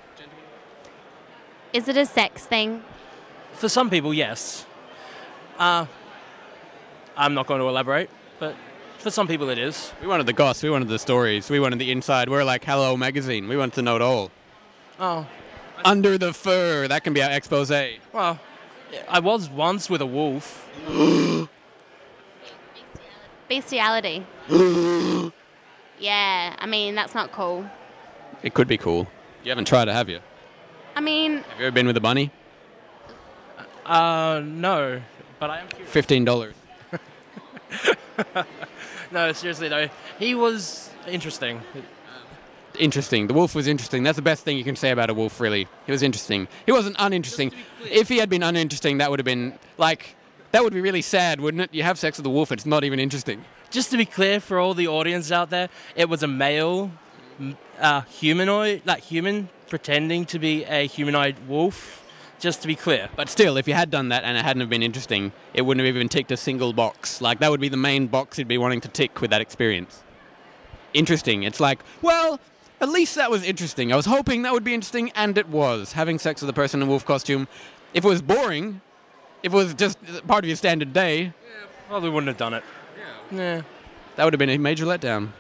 Speaker 3: Is it a sex thing?
Speaker 15: For some people, oh, yes. Uh, I'm not going to elaborate, but for some people it is.
Speaker 1: We wanted the goss. We wanted the stories. We wanted the inside. We're like Hello Magazine. We want to know it all.
Speaker 15: Oh,
Speaker 1: Under the fur. That can be our expose.
Speaker 15: well, I was once with a wolf.
Speaker 3: Bestiality.
Speaker 1: it
Speaker 3: Yeah, I mean, that's not cool.
Speaker 1: could be cool. You haven't tried it, have you?
Speaker 3: I mean,
Speaker 1: Have you ever been with a bunny?
Speaker 15: Uh, no, but I am curious.
Speaker 1: Fifteen dollars.
Speaker 15: No, seriously though, he was interesting.
Speaker 1: interesting. The wolf was interesting. That's the best thing you can say about a wolf, really. He was interesting. He wasn't uninteresting. If he had been uninteresting, that would have been like that would be really sad, wouldn't it? You have sex with a wolf, it's not even interesting.
Speaker 15: Just to be clear for all the audience out there, it was a male, m- uh, humanoid, like human, pretending to be a humanoid wolf. Just to be clear.
Speaker 1: But still, if you had done that and it hadn't have been interesting, it wouldn't have even ticked a single box. Like that would be the main box he'd be wanting to tick with that experience. Interesting. It's like, well, at least that was interesting. I was hoping that would be interesting, and it was. Having sex with a person in a wolf costume. If it was boring, if it was just part of your standard day,
Speaker 15: probably wouldn't have done it. Yeah.
Speaker 1: That would have been a major letdown.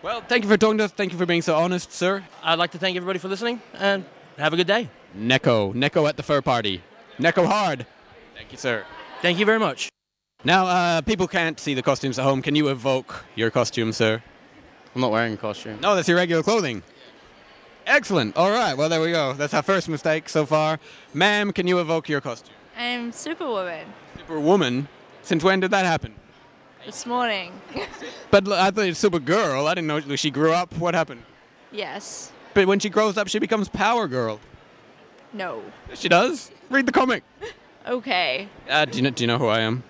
Speaker 1: Well, thank you for talking to us. Thank you for being so honest, sir.
Speaker 15: I'd like to thank everybody for listening and have a good day.
Speaker 1: Neko. Neko at the fur party. Neko hard. Thank you, sir.
Speaker 15: Thank you very much.
Speaker 1: Now, uh, people can't see the costumes at home. Can you evoke your costume, sir?
Speaker 16: I'm not wearing a costume.
Speaker 1: No, that's your regular clothing. Excellent. All right. Well, there we go. That's our first mistake so far. Ma'am, can you evoke your costume?
Speaker 17: I'm Superwoman
Speaker 1: Superwoman. Since when did that happen?
Speaker 17: this morning.
Speaker 1: But l- I thought it's Supergirl. I didn't know she grew up. What happened?
Speaker 17: yes.
Speaker 1: But when she grows up, she becomes Power Girl.
Speaker 17: No.
Speaker 1: She does. Read the comic.
Speaker 17: Okay.
Speaker 1: Uh, do, you know, do you know who I am?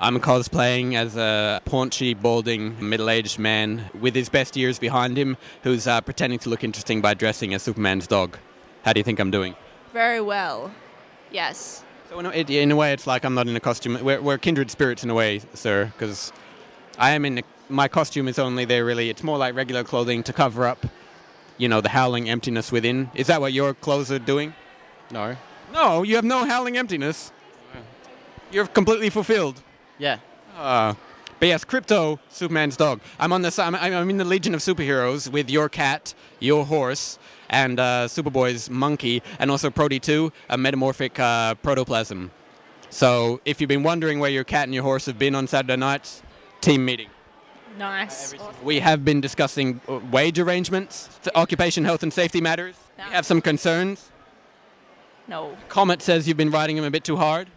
Speaker 1: I'm cosplaying as a paunchy, balding, middle aged man with his best years behind him who's uh, pretending to look interesting by dressing as Superman's dog. How do you think I'm doing?
Speaker 17: Very well. Yes.
Speaker 1: So in a, it, in a way, it's like I'm not in a costume. We're, we're kindred spirits in a way, sir, because I am in. A, my costume is only there, really. It's more like regular clothing to cover up, you know, the howling emptiness within. Is that what your clothes are doing?
Speaker 16: No.
Speaker 1: No, you have no howling emptiness. You're completely fulfilled.
Speaker 16: Yeah.
Speaker 1: Uh, but yes, Crypto, Superman's dog. I'm on the I'm, I'm in the Legion of Superheroes with your cat, your horse, and uh, Superboy's monkey, and also Prody 2, a metamorphic uh, protoplasm. So if you've been wondering where your cat and your horse have been on Saturday nights, team meeting.
Speaker 17: Nice.
Speaker 1: We have been discussing uh, wage arrangements, th- occupation health and safety matters. We have some concerns.
Speaker 17: No.
Speaker 1: Comet says you've been riding him a bit too hard.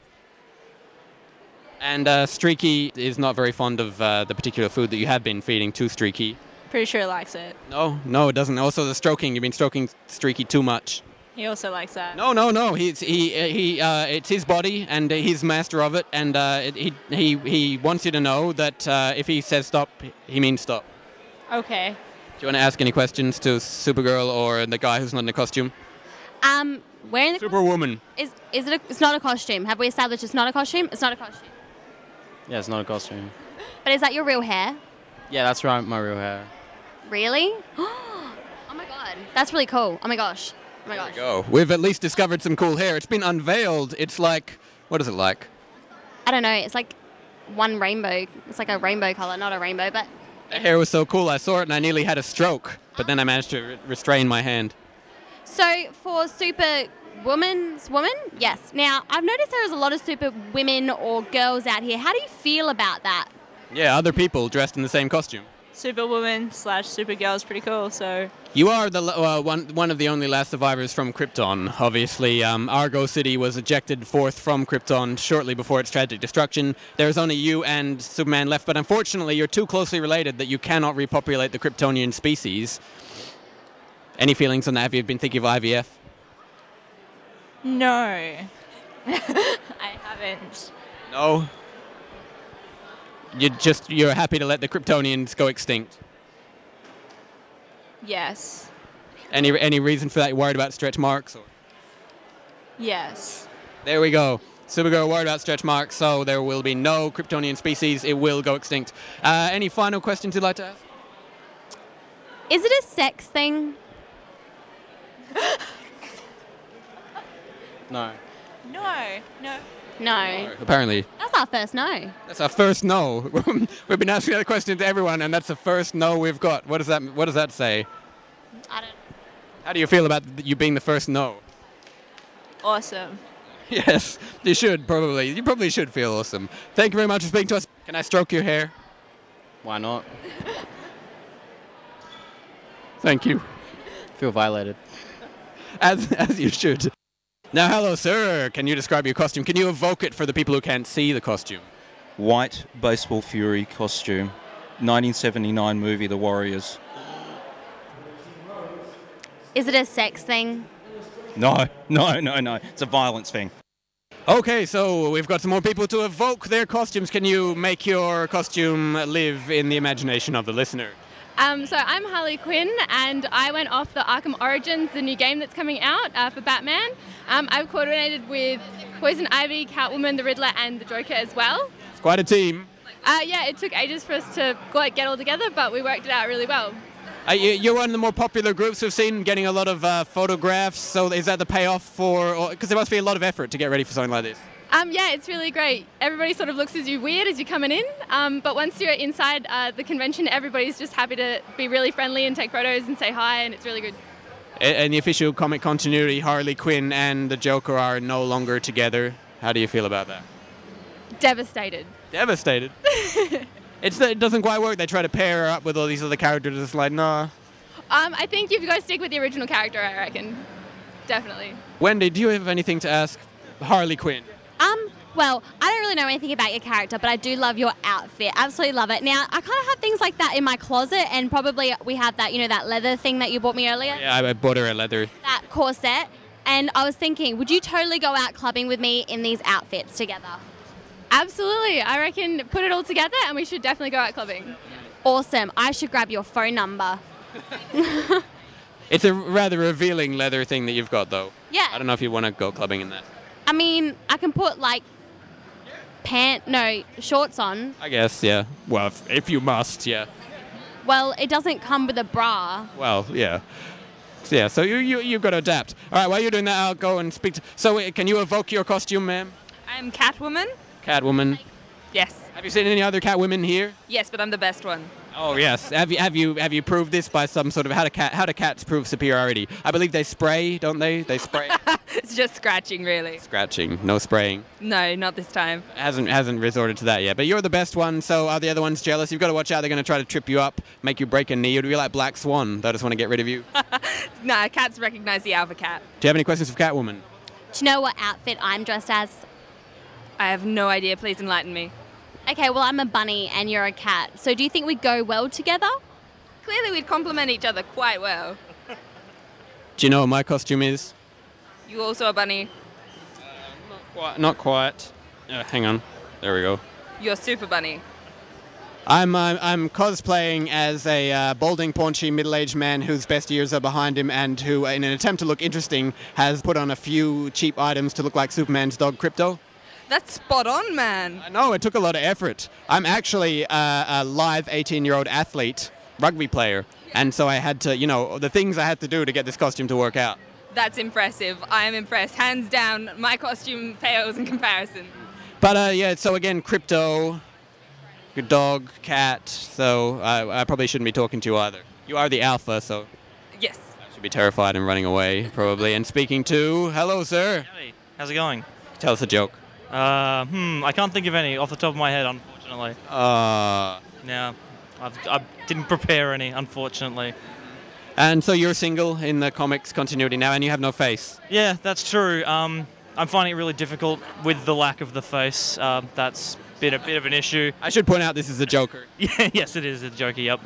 Speaker 1: And uh, Streaky is not very fond of uh, the particular food that you have been feeding to Streaky.
Speaker 17: Pretty sure he likes it.
Speaker 1: No, no, it doesn't. Also, the stroking. You've been stroking Streaky too much. Oh,
Speaker 17: He also likes that.
Speaker 1: No, no, no. He's, he, uh, he, uh, it's his body, and he's master of it. And uh, it, he, he, he wants you to know that uh, if he says stop, he means stop.
Speaker 17: Okay.
Speaker 1: Do you want to ask any questions to Supergirl or the guy who's not in a costume?
Speaker 3: Um, wearing the
Speaker 1: Superwoman.
Speaker 3: is is it? A, it's not a costume. Have we established it's not a costume? It's not a costume.
Speaker 18: Yeah, it's not a costume.
Speaker 3: But is that your real hair?
Speaker 18: Yeah, that's right, my real hair.
Speaker 3: Really? oh my god. That's really cool. Oh my gosh. Oh my gosh.
Speaker 1: Go. We've at least discovered some cool hair. It's been unveiled. It's like, what is it like?
Speaker 3: I don't know. It's like one rainbow. It's like a rainbow color, not a rainbow, but
Speaker 1: The hair was so cool. I saw it and I nearly had a stroke, but then I managed to re- restrain my hand.
Speaker 3: So for super woman's woman, yes. Now I've noticed there is a lot of super women or girls out here. How do you feel about that?
Speaker 1: Yeah, other people dressed in the same costume.
Speaker 19: Superwoman slash Supergirl is pretty cool. So
Speaker 1: You are the l- uh, one, one of the only last survivors from Krypton. Obviously, um, Argo City was ejected forth from Krypton shortly before its tragic destruction. There is only you and Superman left, but unfortunately, you're too closely related that you cannot repopulate the Kryptonian species. Any feelings on that? Have you been thinking of IVF?
Speaker 19: no, I haven't.
Speaker 1: No. You just you're happy to let the Kryptonians go extinct.
Speaker 19: Yes,
Speaker 1: Any any reason for that? You're worried about stretch marks? Or?
Speaker 19: yes.
Speaker 1: There we go. Supergirl worried about stretch marks, so there will be no Kryptonian species. It will go extinct. Uh, any final questions you'd like to ask?
Speaker 3: Is it a sex thing?
Speaker 18: No.
Speaker 19: No, no.
Speaker 3: No.
Speaker 1: Apparently,
Speaker 3: That's our first no.
Speaker 1: that's our first no. we've been asking that question to everyone, and that's the first no we've got. What does that What does that say?
Speaker 3: I don't.
Speaker 1: How do you feel about you being the first no?
Speaker 19: Awesome.
Speaker 1: Yes, you should probably. You probably should feel awesome. Thank you very much for speaking to us. Can I stroke your hair?
Speaker 18: Why not?
Speaker 1: Thank you.
Speaker 18: Feel violated.
Speaker 1: As as you should. Now, hello, sir. Can you describe your costume? Can you evoke it for the people who can't see the costume?
Speaker 20: White baseball fury costume, 1979 movie The Warriors.
Speaker 3: Is it a sex thing?
Speaker 20: No, no, no, no. It's a violence thing.
Speaker 1: Okay, so we've got some more people to evoke their costumes. Can you make your costume live in the imagination of the listener?
Speaker 21: Um, so I'm Harley Quinn, and I went off the Arkham Origins, the new game that's coming out uh, for Batman. Um, I've coordinated with Poison Ivy, Catwoman, the Riddler, and the Joker as well.
Speaker 1: It's quite a team.
Speaker 21: Uh, yeah, it took ages for us to like, get all together, but we worked it out really well.
Speaker 1: Uh, you- you're one of the more popular groups we've seen, getting a lot of uh, photographs. So is that the payoff for? Because there must be a lot of effort to get ready for something like this.
Speaker 21: Um, yeah, it's really great. Everybody sort of looks at you weird as you're coming in, um, but once you're inside uh, the convention, everybody's just happy to be really friendly and take photos and say hi, and it's really good.
Speaker 1: A- And the official comic continuity, Harley Quinn and the Joker are no longer together. How do you feel about that?
Speaker 21: Devastated.
Speaker 1: Devastated. it's that it doesn't quite work. They try to pair her up with all these other characters. It's like, nah.
Speaker 21: Um, I think you've got to stick with the original character, I reckon. Definitely.
Speaker 1: Wendy, do you have anything to ask Harley Quinn?
Speaker 3: Um, well, I don't really know anything about your character, but I do love your outfit. Absolutely love it. Now, I kind of have things like that in my closet, and probably we have that, you know, that leather thing that you bought me earlier,
Speaker 1: Oh, Yeah, I, I bought her a leather.
Speaker 3: that corset. And I was thinking, would you totally go out clubbing with me in these outfits together?
Speaker 21: Absolutely. I reckon put it all together and we should definitely go out clubbing.
Speaker 3: Awesome. I should grab your phone number.
Speaker 1: It's a rather revealing leather thing that you've got, though.
Speaker 3: Yeah.
Speaker 1: I don't know if you want to go clubbing in that.
Speaker 3: I mean, I can put like pant, no, shorts on.
Speaker 1: I guess, yeah. Well, if, if you must, yeah.
Speaker 3: Well, it doesn't come with a bra.
Speaker 1: Well, yeah. Yeah, so you, you, you've got to adapt. All right, while you're doing that, I'll go and speak to. So, uh, can you evoke your costume, ma'am?
Speaker 17: I'm Catwoman.
Speaker 1: Catwoman.
Speaker 17: Yes.
Speaker 1: Have you seen any other Catwomen here?
Speaker 17: Yes, but I'm the best one.
Speaker 1: Oh yes. Have you have you have you proved this by some sort of how do cat how do cats prove superiority? I believe they spray, don't they? They spray.
Speaker 17: It's just scratching, really.
Speaker 1: Scratching, no spraying.
Speaker 17: No, not this time.
Speaker 1: Hasn't hasn't resorted to that yet. But you're the best one, so are the other ones jealous? You've got to watch out. They're going to try to trip you up, make you break a knee. You'd be like Black Swan. They just want to get rid of you. Do
Speaker 17: Nah, cats recognize the alpha cat.
Speaker 1: you have any questions for Catwoman?
Speaker 3: Do you know what outfit I'm dressed as?
Speaker 17: I have no idea. Please enlighten me.
Speaker 3: Okay, well, I'm a bunny and you're a cat. So do you think we go well together?
Speaker 17: Clearly, we'd complement each other quite well.
Speaker 1: Do you know what my costume is?
Speaker 17: You also a bunny.
Speaker 1: Quite, not quite. Uh, hang on. There we go.
Speaker 17: You're super bunny.
Speaker 1: I'm I'm, I'm cosplaying as a uh, balding, paunchy, middle-aged man whose best years are behind him, and who, uh, in an attempt to look interesting, has put on a few cheap items to look like Superman's dog Crypto.
Speaker 17: That's spot on, man.
Speaker 1: I know, it took a lot of effort. I'm actually a, a live 18 year old athlete, rugby player, and so I had to, you know, the things I had to do to get this costume to work out.
Speaker 17: That's impressive. I am impressed. Hands down, my costume pales in comparison.
Speaker 1: But uh, yeah, so again, crypto, good dog, cat, so uh, I, I probably shouldn't be talking to you either. You are the alpha, so
Speaker 17: Yes.
Speaker 1: I should be terrified and running away, probably. And speaking to, hello, sir.
Speaker 22: How's it going?
Speaker 1: Tell us a joke.
Speaker 22: Uh, hmm, I can't think of any off the top of my head, unfortunately.
Speaker 1: Uh,
Speaker 22: Yeah, I've, I didn't prepare any, unfortunately.
Speaker 1: and so you're single in the comics continuity now, and you have no face.
Speaker 22: Yeah, that's true. Um, I'm finding it really difficult with the lack of the face. Uh, that's been a bit of an issue.
Speaker 1: I should point out this is the Joker.
Speaker 22: Yeah, yes, it is a jokey. Yep.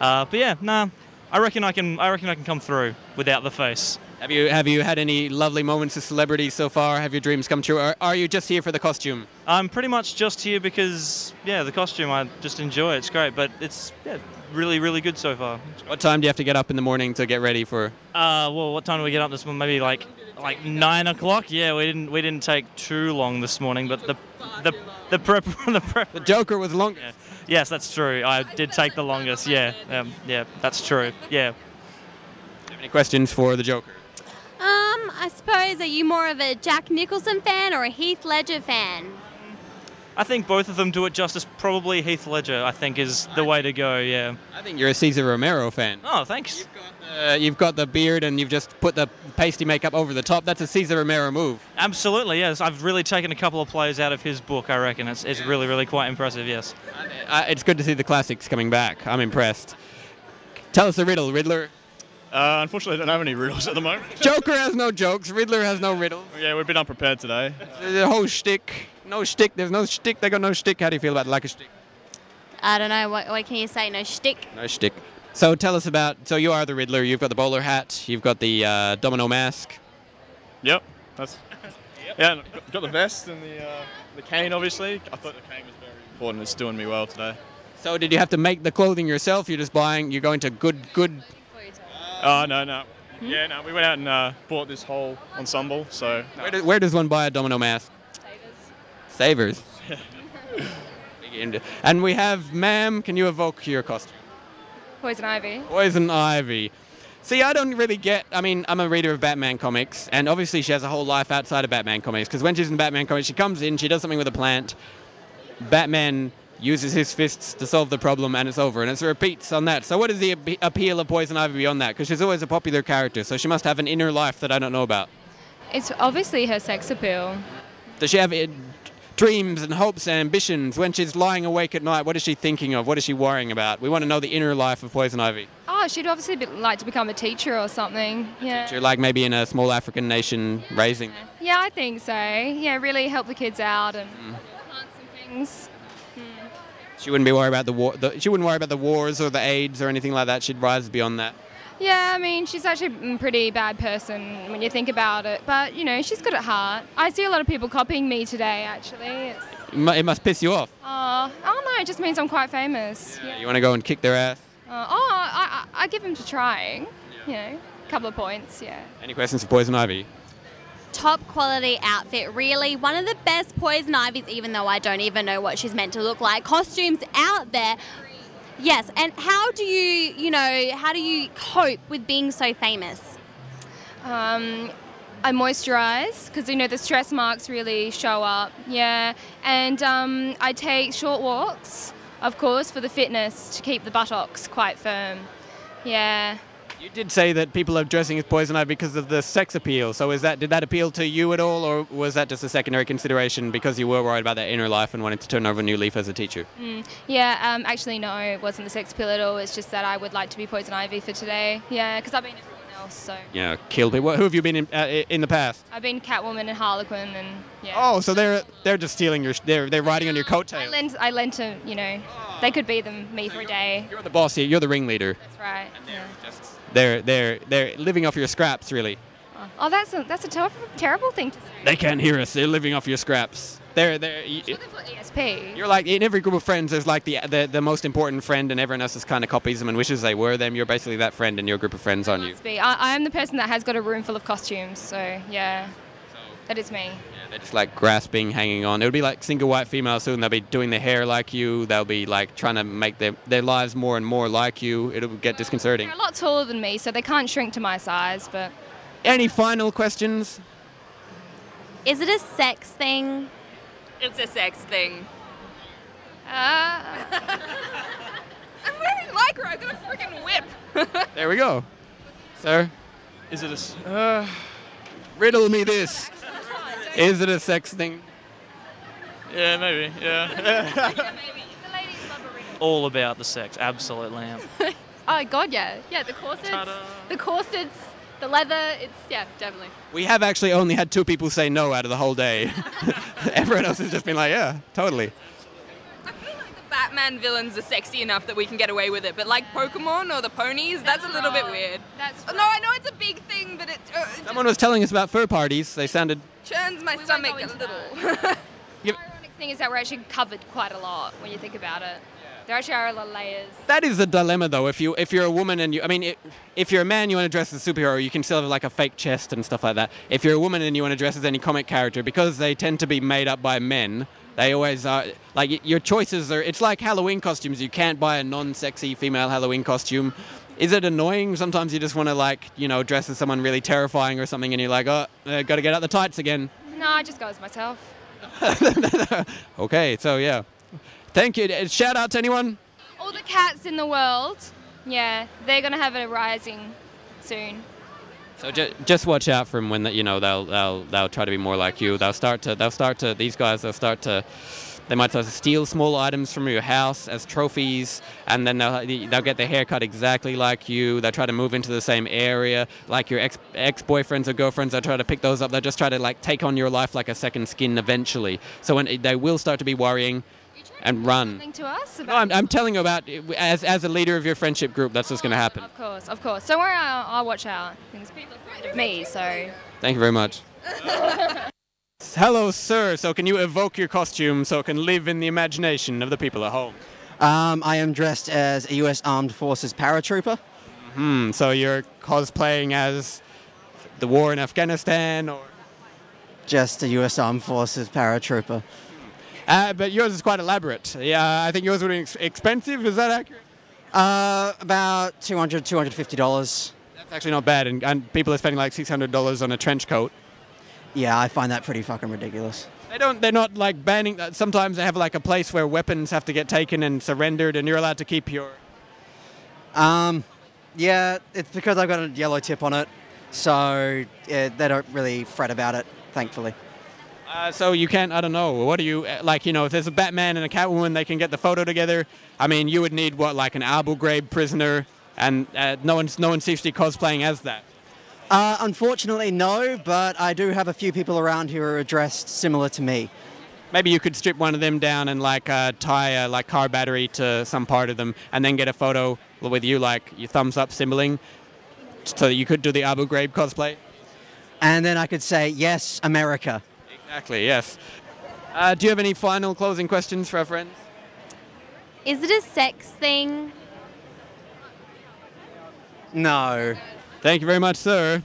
Speaker 22: Uh, but yeah, nah. I reckon I can. I reckon I can come through without the face.
Speaker 1: Have you have you had any lovely moments with celebrities so far? Have your dreams come true? Or are you just here for the costume?
Speaker 22: I'm pretty much just here because yeah, the costume. I just enjoy it. It's great, but it's yeah, really, really good so far.
Speaker 1: What time do you have to get up in the morning to get ready for?
Speaker 22: Uh, well, what time do we get up this morning? Maybe like like nine o'clock. Yeah, we didn't we didn't take too long this morning, but the the the prep the prep. The
Speaker 1: Joker was longer.
Speaker 22: Yes, that's true. I did take the longest. Yeah, um, yeah, that's true. Yeah.
Speaker 1: Any questions for the Joker?
Speaker 3: Um, I suppose, are you more of a Jack Nicholson fan or a Heath Ledger fan?
Speaker 22: I think both of them do it justice. Probably Heath Ledger. I think is the way to go. Yeah.
Speaker 1: I think You're a Caesar Romero fan.
Speaker 22: Oh, thanks.
Speaker 1: Uh, you've got the beard and you've just put the pasty makeup over the top. That's a Caesar Romero move.
Speaker 22: Absolutely, yes. I've really taken a couple of plays out of his book. I reckon it's it's really, really quite impressive. Yes.
Speaker 1: Uh, it's good to see the classics coming back. I'm impressed. Tell us a riddle, Riddler.
Speaker 23: Uh, unfortunately, I don't have any riddles at the moment.
Speaker 1: Joker has no jokes. Riddler has no riddle.
Speaker 23: Yeah, we've been unprepared today.
Speaker 1: The whole shtick. No shtick. There's no shtick. They got no shtick. How do you feel about the lack of shtick?
Speaker 3: I don't know. What, what can you say? No shtick.
Speaker 1: No shtick. So tell us about. So you are the Riddler. You've got the bowler hat. You've got the uh, domino mask.
Speaker 23: Yep, that's. Yeah, and got- got the vest and the uh, the cane. Obviously, I thought the cane was very important. It's doing me well today.
Speaker 1: So did you have to make the clothing yourself? You're just buying. You're going to good, good.
Speaker 23: Oh no no. Yeah no, we went out and uh, bought this whole ensemble. So no.
Speaker 1: Where, do, where does one buy a domino mask? Savers. Savers. and we have, ma'am. Can you evoke your costume?
Speaker 17: Poison ivy.
Speaker 1: Poison Ivy. See, I don't really get. I mean, I'm a reader of Batman comics, and obviously she has a whole life outside of Batman comics. Because when she's in Batman comics, she comes in, she does something with a plant. Batman uses his fists to solve the problem, and it's over. And it repeats on that. So, what is the appe- appeal of Poison Ivy beyond that? Because she's always a popular character, so she must have an inner life that I don't know about.
Speaker 24: It's obviously her sex appeal.
Speaker 1: Does she have uh, dreams and hopes and ambitions when she's lying awake at night? What is she thinking of? What is she worrying about? We want to know the inner life of Poison Ivy.
Speaker 24: Oh, she'd obviously be, like to become a teacher or something. Yeah.
Speaker 1: You're like maybe in a small African nation raising.
Speaker 24: Yeah, I think so. Yeah, really help the kids out and plants and things. Hmm.
Speaker 1: She wouldn't be worried about the war. The, she wouldn't worry about the wars or the AIDS or anything like that. She'd rise beyond that.
Speaker 24: Yeah, I mean, she's actually a pretty bad person when you think about it, but you know, she's good at heart. I see a lot of people copying me today, actually. It's,
Speaker 1: It mu- It must piss you off.
Speaker 24: oh, oh no, it just means I'm quite famous. Yeah.
Speaker 1: You want to go and kick their ass.
Speaker 24: Uh, oh, I, I, I give him to trying. You know, a couple of points, yeah.
Speaker 1: Any questions for Poison Ivy?
Speaker 3: Top quality outfit, really. One of the best Poison Ivies, even though I don't even know what she's meant to look like. Costumes out there. Yes, and how do you, you know, how do you cope with being so famous?
Speaker 24: Um, I moisturize because you know the stress marks really show up. Yeah, and um, I take short walks, of course, for the fitness to keep the buttocks quite firm. Yeah.
Speaker 1: You did say that people are dressing as Poison Ivy because of the sex appeal. So is that did that appeal to you at all, or was that just a secondary consideration because you were worried about that inner life and wanted to turn over a new leaf as a teacher?
Speaker 24: Mm. Yeah. Um, actually, no, it wasn't the sex pill at all. It's just that I would like to be poison ivy for today. Yeah, because I've been everyone else. So
Speaker 1: Yeah, kill people. Who have you been in, uh, in the past?
Speaker 24: I've been Catwoman and Harlequin, and yeah.
Speaker 1: Oh, so they're they're just stealing your. They're they're riding on your
Speaker 24: I
Speaker 1: coattail.
Speaker 24: lent. I lent to you know. They could be them me for a day.
Speaker 1: You're The boss here. You're the ringleader.
Speaker 24: That's right. yeah.
Speaker 1: They're they're they're living off your scraps, really.
Speaker 24: Oh, that's a, that's a ter- terrible thing to say.
Speaker 1: They can't hear us. They're living off your scraps. They're they're. y-
Speaker 24: ESP.
Speaker 1: You're like in every group of friends. There's like the the, the most important friend, and everyone else just kind of copies them and wishes they were them. You're basically that friend, and your group of friends on you.
Speaker 24: ESP. I, I am the person that has got a room full of costumes, so yeah. That is me.
Speaker 1: They're just like grasping, hanging on. It would be like single white female soon. They'll be doing their hair like you. They'll be like trying to make their, their lives more and more like you. It'll get disconcerting.
Speaker 24: They're a lot taller than me, so they can't shrink to my size, but
Speaker 1: Any final questions?
Speaker 3: Is it a sex thing?
Speaker 17: It's a sex thing.
Speaker 24: Uh,
Speaker 17: I'm wearing lycra. I've got a freaking whip.
Speaker 1: There we go. Sir?
Speaker 22: Is it a. s- Uh,
Speaker 1: Riddle me this. Is it a sex thing?
Speaker 22: yeah, maybe. Yeah. All about the sex. Absolutely am.
Speaker 24: oh god, yeah, yeah. The corsets, the corsets, the leather. It's yeah, definitely.
Speaker 1: We have actually only had two people say no out of the whole day. Everyone else has just been like, yeah, totally.
Speaker 17: The Batman villains are sexy enough that we can get away with it, but like Pokemon or the ponies, that's, a little bit weird.
Speaker 24: Oh, That's
Speaker 17: no, I know it's a big thing, but it, uh, it
Speaker 1: Someone was telling us about fur parties. They sounded.
Speaker 17: churns my stomach a little.
Speaker 24: Ironic thing is that we're actually covered quite a lot when you think about it. There actually are a lot of layers.
Speaker 1: That is the dilemma, though. If you if you're a woman and you, I mean, i if you're a man, you want to dress as a superhero, you can still have like a fake chest and stuff like that. If you're a woman and you want to dress as any comic character, because they tend to be made up by men, they always are like y- your choices are. It's like Halloween costumes. You can't buy a non-sexy female Halloween costume. Is it annoying? Sometimes you just want to like you know dress as someone really terrifying or something, and you're like, oh, uh, got to get out the tights again.
Speaker 24: No, I just go as myself.
Speaker 1: Okay, so yeah, thank you. Uh, Shout out to anyone.
Speaker 24: All the cats in the world, yeah, they're gonna have a rising soon.
Speaker 1: So ju- just watch out from when that you know they'll they'll they'll try to be more like you. They'll start to they'll start to these guys they'll start to they might start to steal small items from your house as trophies, and then they'll they'll get their hair cut exactly like you. They'll try to move into the same area like your ex ex boyfriends or girlfriends. They'll try to pick those up. They'll just try to like take on your life like a second skin eventually. So when they will start to be worrying and run.
Speaker 24: Something to us
Speaker 1: No,
Speaker 24: about.
Speaker 1: I'm, I'm telling you about as as a leader of your friendship group. That's what's going to happen.
Speaker 24: Of course, of course. Don't worry, I'll, I'll watch out. Because people are afraid of me, so.
Speaker 1: Thank you very much. Hello, sir. So, can you evoke your costume so it can live in the imagination of the people at home?
Speaker 25: Um, I am dressed as a U.S. Armed Forces paratrooper.
Speaker 1: Hmm. So you're cosplaying as the war in Afghanistan, or
Speaker 25: Just a U.S. Armed Forces paratrooper.
Speaker 1: uh, but yours is quite elaborate. Yeah, I think yours would be ex- expensive. Is that accurate?
Speaker 25: Uh, about 200 $250.
Speaker 1: That's actually not bad, and, and people are spending like six hundred dollars on a trench coat.
Speaker 25: Yeah, I find that pretty fucking ridiculous.
Speaker 1: They don't. They're not like banning. that. Sometimes they have like a place where weapons have to get taken and surrendered, and you're allowed to keep your.
Speaker 25: Um, yeah, it's because I've got a yellow tip on it, so yeah, they don't really fret about it, thankfully.
Speaker 1: Uh, so you can't. I don't know. What do you uh, like? You know, if there's a Batman and a Catwoman, they can get the photo together. I mean, you would need what, like an Abu Ghraib prisoner, and uh, no one's no one seems to be cosplaying as that.
Speaker 25: Uh, unfortunately, no, but I do have a few people around who are dressed similar to me.
Speaker 1: Maybe you could strip one of them down and like uh, tie a like car battery to some part of them, and then get a photo with you like your thumbs up symboling, so that you could do the Abu Ghraib cosplay.
Speaker 25: And then I could say, yes, America.
Speaker 1: Exactly. Yes. Uh, do you have any final closing questions for our friends?
Speaker 3: Is it a sex thing?
Speaker 25: No.
Speaker 1: Thank you very much, sir.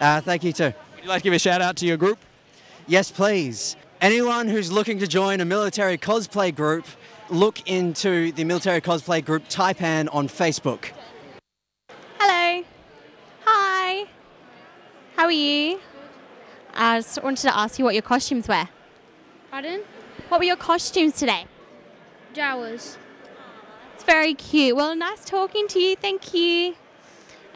Speaker 25: Uh, thank you too.
Speaker 1: Would you like to give a shout out to your group?
Speaker 25: Yes, please. Anyone who's looking to join a military cosplay group, look into the military cosplay group Taipan on Facebook.
Speaker 3: Hello. Hi. How are you? I just wanted to ask you what your costumes were. Pardon? What were your costumes today?
Speaker 4: Jawas.
Speaker 3: It's very cute. Well, nice talking to you. Thank you.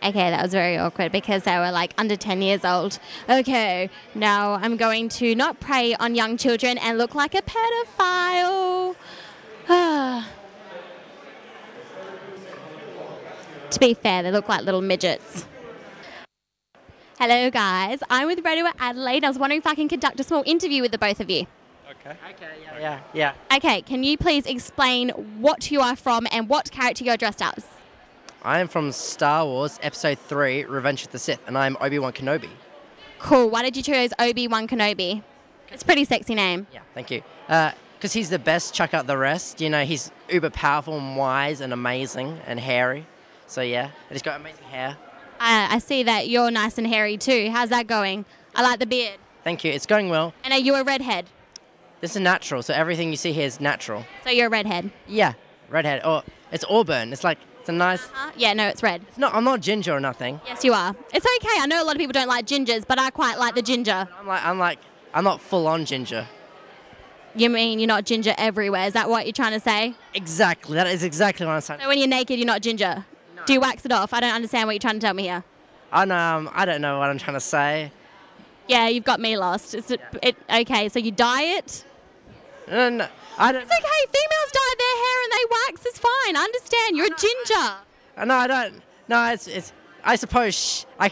Speaker 3: Okay, that was very awkward because they were like under 10 years old. Okay, now I'm going to not prey on young children and look like a pedophile. to be fair, they look like little midgets. Hello, guys. I'm with Radio Adelaide. I was wondering if I can conduct a small interview with the both of you.
Speaker 25: Okay.
Speaker 4: Okay, yeah,
Speaker 25: Yeah, yeah.
Speaker 3: Okay, can you please explain what you are from and what character you're dressed as?
Speaker 4: I am from Star Wars Episode 3 Revenge of the Sith, and I am Obi Wan Kenobi.
Speaker 3: Cool. Why did you choose Obi Wan Kenobi? It's a pretty sexy name.
Speaker 4: Yeah. Thank you.
Speaker 26: Uh,
Speaker 4: Because he's the best, chuck out the rest. You know, he's uber powerful and wise and amazing and hairy. So, yeah, and he's got amazing hair.
Speaker 3: I, I see that you're nice and hairy too. How's that going? I like the beard.
Speaker 26: Thank you. It's going well.
Speaker 3: And are you a redhead?
Speaker 26: This is natural, so everything you see here is natural.
Speaker 3: So you're a redhead?
Speaker 26: Yeah, redhead. Oh, it's auburn. It's like it's a nice.
Speaker 3: Uh-huh. Yeah, no, it's red.
Speaker 26: It's not. I'm not ginger or nothing.
Speaker 3: Yes, you are. It's okay. I know a lot of people don't like gingers, but I quite like the ginger.
Speaker 26: I'm like, I'm like, I'm not full on ginger.
Speaker 3: You mean you're not ginger everywhere? Is that what you're trying to say?
Speaker 26: Exactly. That is exactly what I'm saying.
Speaker 3: So when you're naked, you're not ginger. Do you wax it off? I don't understand what you're trying to tell me here.
Speaker 26: I know. Um, I don't know what I'm trying to say.
Speaker 3: Yeah, you've got me lost. It's it, okay. So you dye it.
Speaker 26: No, no, I don't.
Speaker 3: It's okay. Females dye their hair and they wax. It's fine. I understand. You're a ginger.
Speaker 26: Uh, No, I don't. No, it's. it's I suppose sh- I,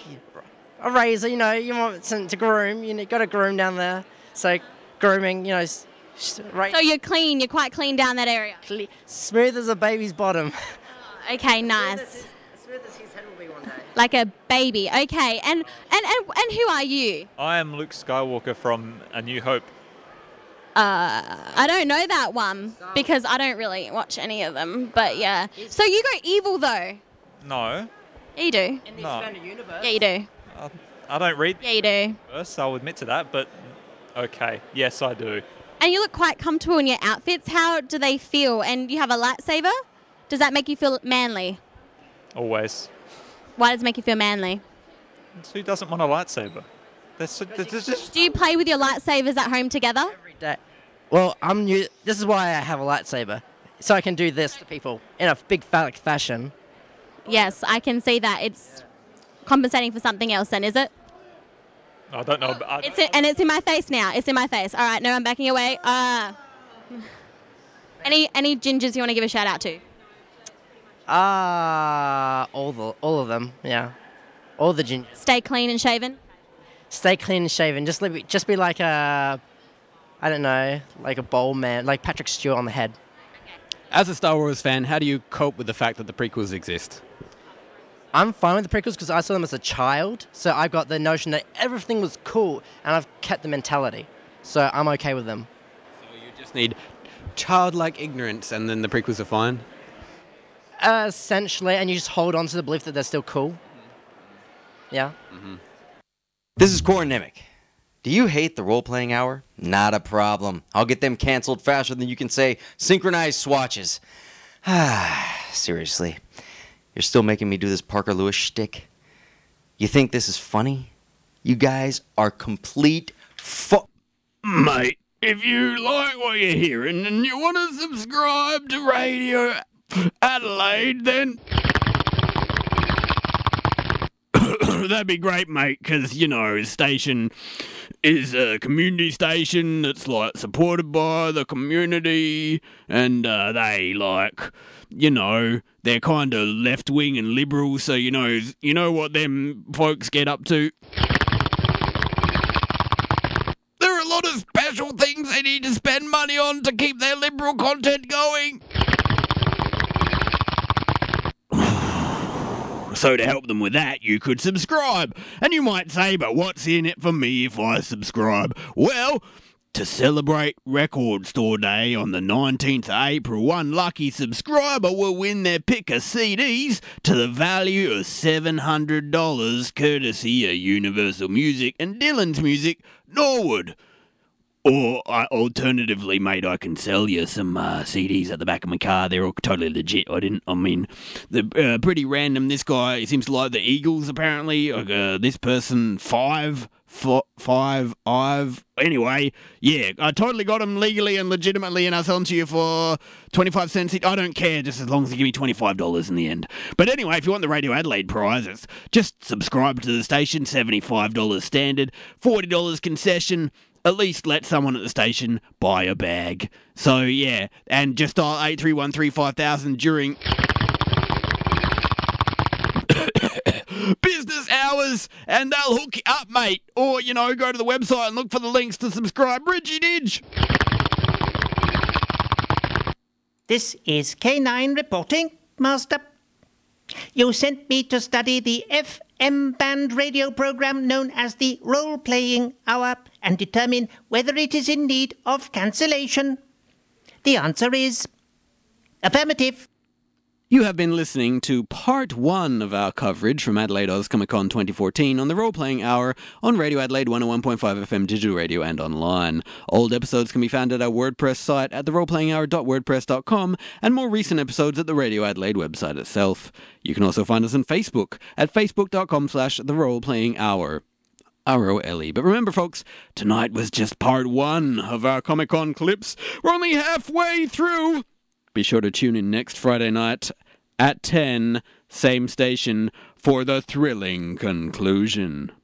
Speaker 26: a razor. You know, you want to, to groom. You know, got a groom down there. So grooming. You know, s- s- right.
Speaker 3: So you're clean. You're quite clean down that area.
Speaker 26: smooth as a baby's bottom.
Speaker 3: Okay, nice. Like a baby. Okay, and and and, and who are you?
Speaker 27: I am Luke Skywalker from A New Hope.
Speaker 3: Uh, I don't know that one because I don't really watch any of them. But yeah, so you go evil though.
Speaker 27: No,
Speaker 3: Yeah, you do.
Speaker 27: no.
Speaker 3: Yeah, you do.
Speaker 27: I, I don't read.
Speaker 3: Yeah, you do.
Speaker 27: First, I'll admit to that, but okay, yes, I do.
Speaker 3: And you look quite comfortable in your outfits. How do they feel? And you have a lightsaber. Does that make you feel manly?
Speaker 27: Always.
Speaker 3: Why does it make you feel manly?
Speaker 27: Who doesn't want a lightsaber? That's, that's, that's just
Speaker 3: Do you play with your lightsabers at home together?
Speaker 26: That- well, I'm new. This is why I have a lightsaber, so I can do this to people in a big phallic fashion.
Speaker 3: Yes, I can see that. It's compensating for something else, then, is it?
Speaker 27: I don't know. I,
Speaker 3: It's in, and it's in my face now. It's in my face. All right, no, I'm backing away. Uh, any any gingers you want to give a shout out to?
Speaker 26: Ah, all the all of them. Yeah, all the gin.
Speaker 3: Stay clean and shaven.
Speaker 26: Stay clean and shaven. Just li- just be like a, I don't know, like a bowl man, like Patrick Stewart on the head.
Speaker 28: As a Star Wars fan, how do you cope with the fact that the prequels exist?
Speaker 26: I'm fine with the prequels because I saw them as a child, so I got the notion that everything was cool, and I've kept the mentality, so I'm okay with them.
Speaker 28: You just need childlike ignorance, and then the prequels are fine.
Speaker 26: Essentially, and you just hold on to the belief that they're still cool. Yeah.
Speaker 29: Mm-hmm. This is Cornemic. Do you hate the role playing hour? Not a problem. I'll get them canceled faster than you can say synchronized swatches. Ah, seriously. You're still making me do this Parker Lewis shtick? You think this is funny? You guys are complete fu-
Speaker 8: Mate, if you like what you're hearing and you want to subscribe to Radio Adelaide, then. That'd be great, mate, because, you know, his station is a community station that's, like, supported by the community, and uh, they, like, you know, they're kind of left wing and liberal, so, you know, you know what them folks get up to. There are a lot of special things they need to spend money on to keep their liberal content going. So, to help them with that, you could subscribe. And you might say, but what's in it for me if I subscribe? Well, to celebrate Record Store Day on the 19th of April, one lucky subscriber will win their pick of CDs to the value of $700 courtesy of Universal Music and Dylan's Music, Norwood. Or I, alternatively, mate, I can sell you some uh, CDs at the back of my car. They're all totally legit. I didn't. I mean, the uh, pretty random. This guy he seems to like the Eagles. Apparently, uh, this person five, fo- five, I've. Anyway, yeah, I totally got them legally and legitimately, and I sell them to you for twenty five cents each. I don't care, just as long as you give me twenty five dollars in the end. But anyway, if you want the Radio Adelaide prize, it's just subscribe to the station. Seventy five dollars standard, forty dollars concession at least let someone at the station buy a bag. So yeah, and just dial eight three one three five thousand during business hours and they'll hook you up, mate. Or, you know, go to the website and look for the links to subscribe. Richie Didge.
Speaker 30: This is K9 reporting, Master. You sent me to study the FM band radio program known as the Role Playing Hour and determine whether it is in need of cancellation. The answer is affirmative.
Speaker 1: You have been listening to part one of our coverage from Adelaide Oz Comic Con 2014 on the Role Playing Hour on Radio Adelaide 101.5 FM digital radio and online. Old episodes can be found at our WordPress site at theroleplayinghour.wordpress.com and more recent episodes at the Radio Adelaide website itself. You can also find us on Facebook at facebook.com slash the Role Playing Hour. R-O-L-E. E. But remember, folks, tonight was just part one of our Comic Con clips. We're only halfway through. Be sure to tune in next Friday night at 10, same station, for the thrilling conclusion.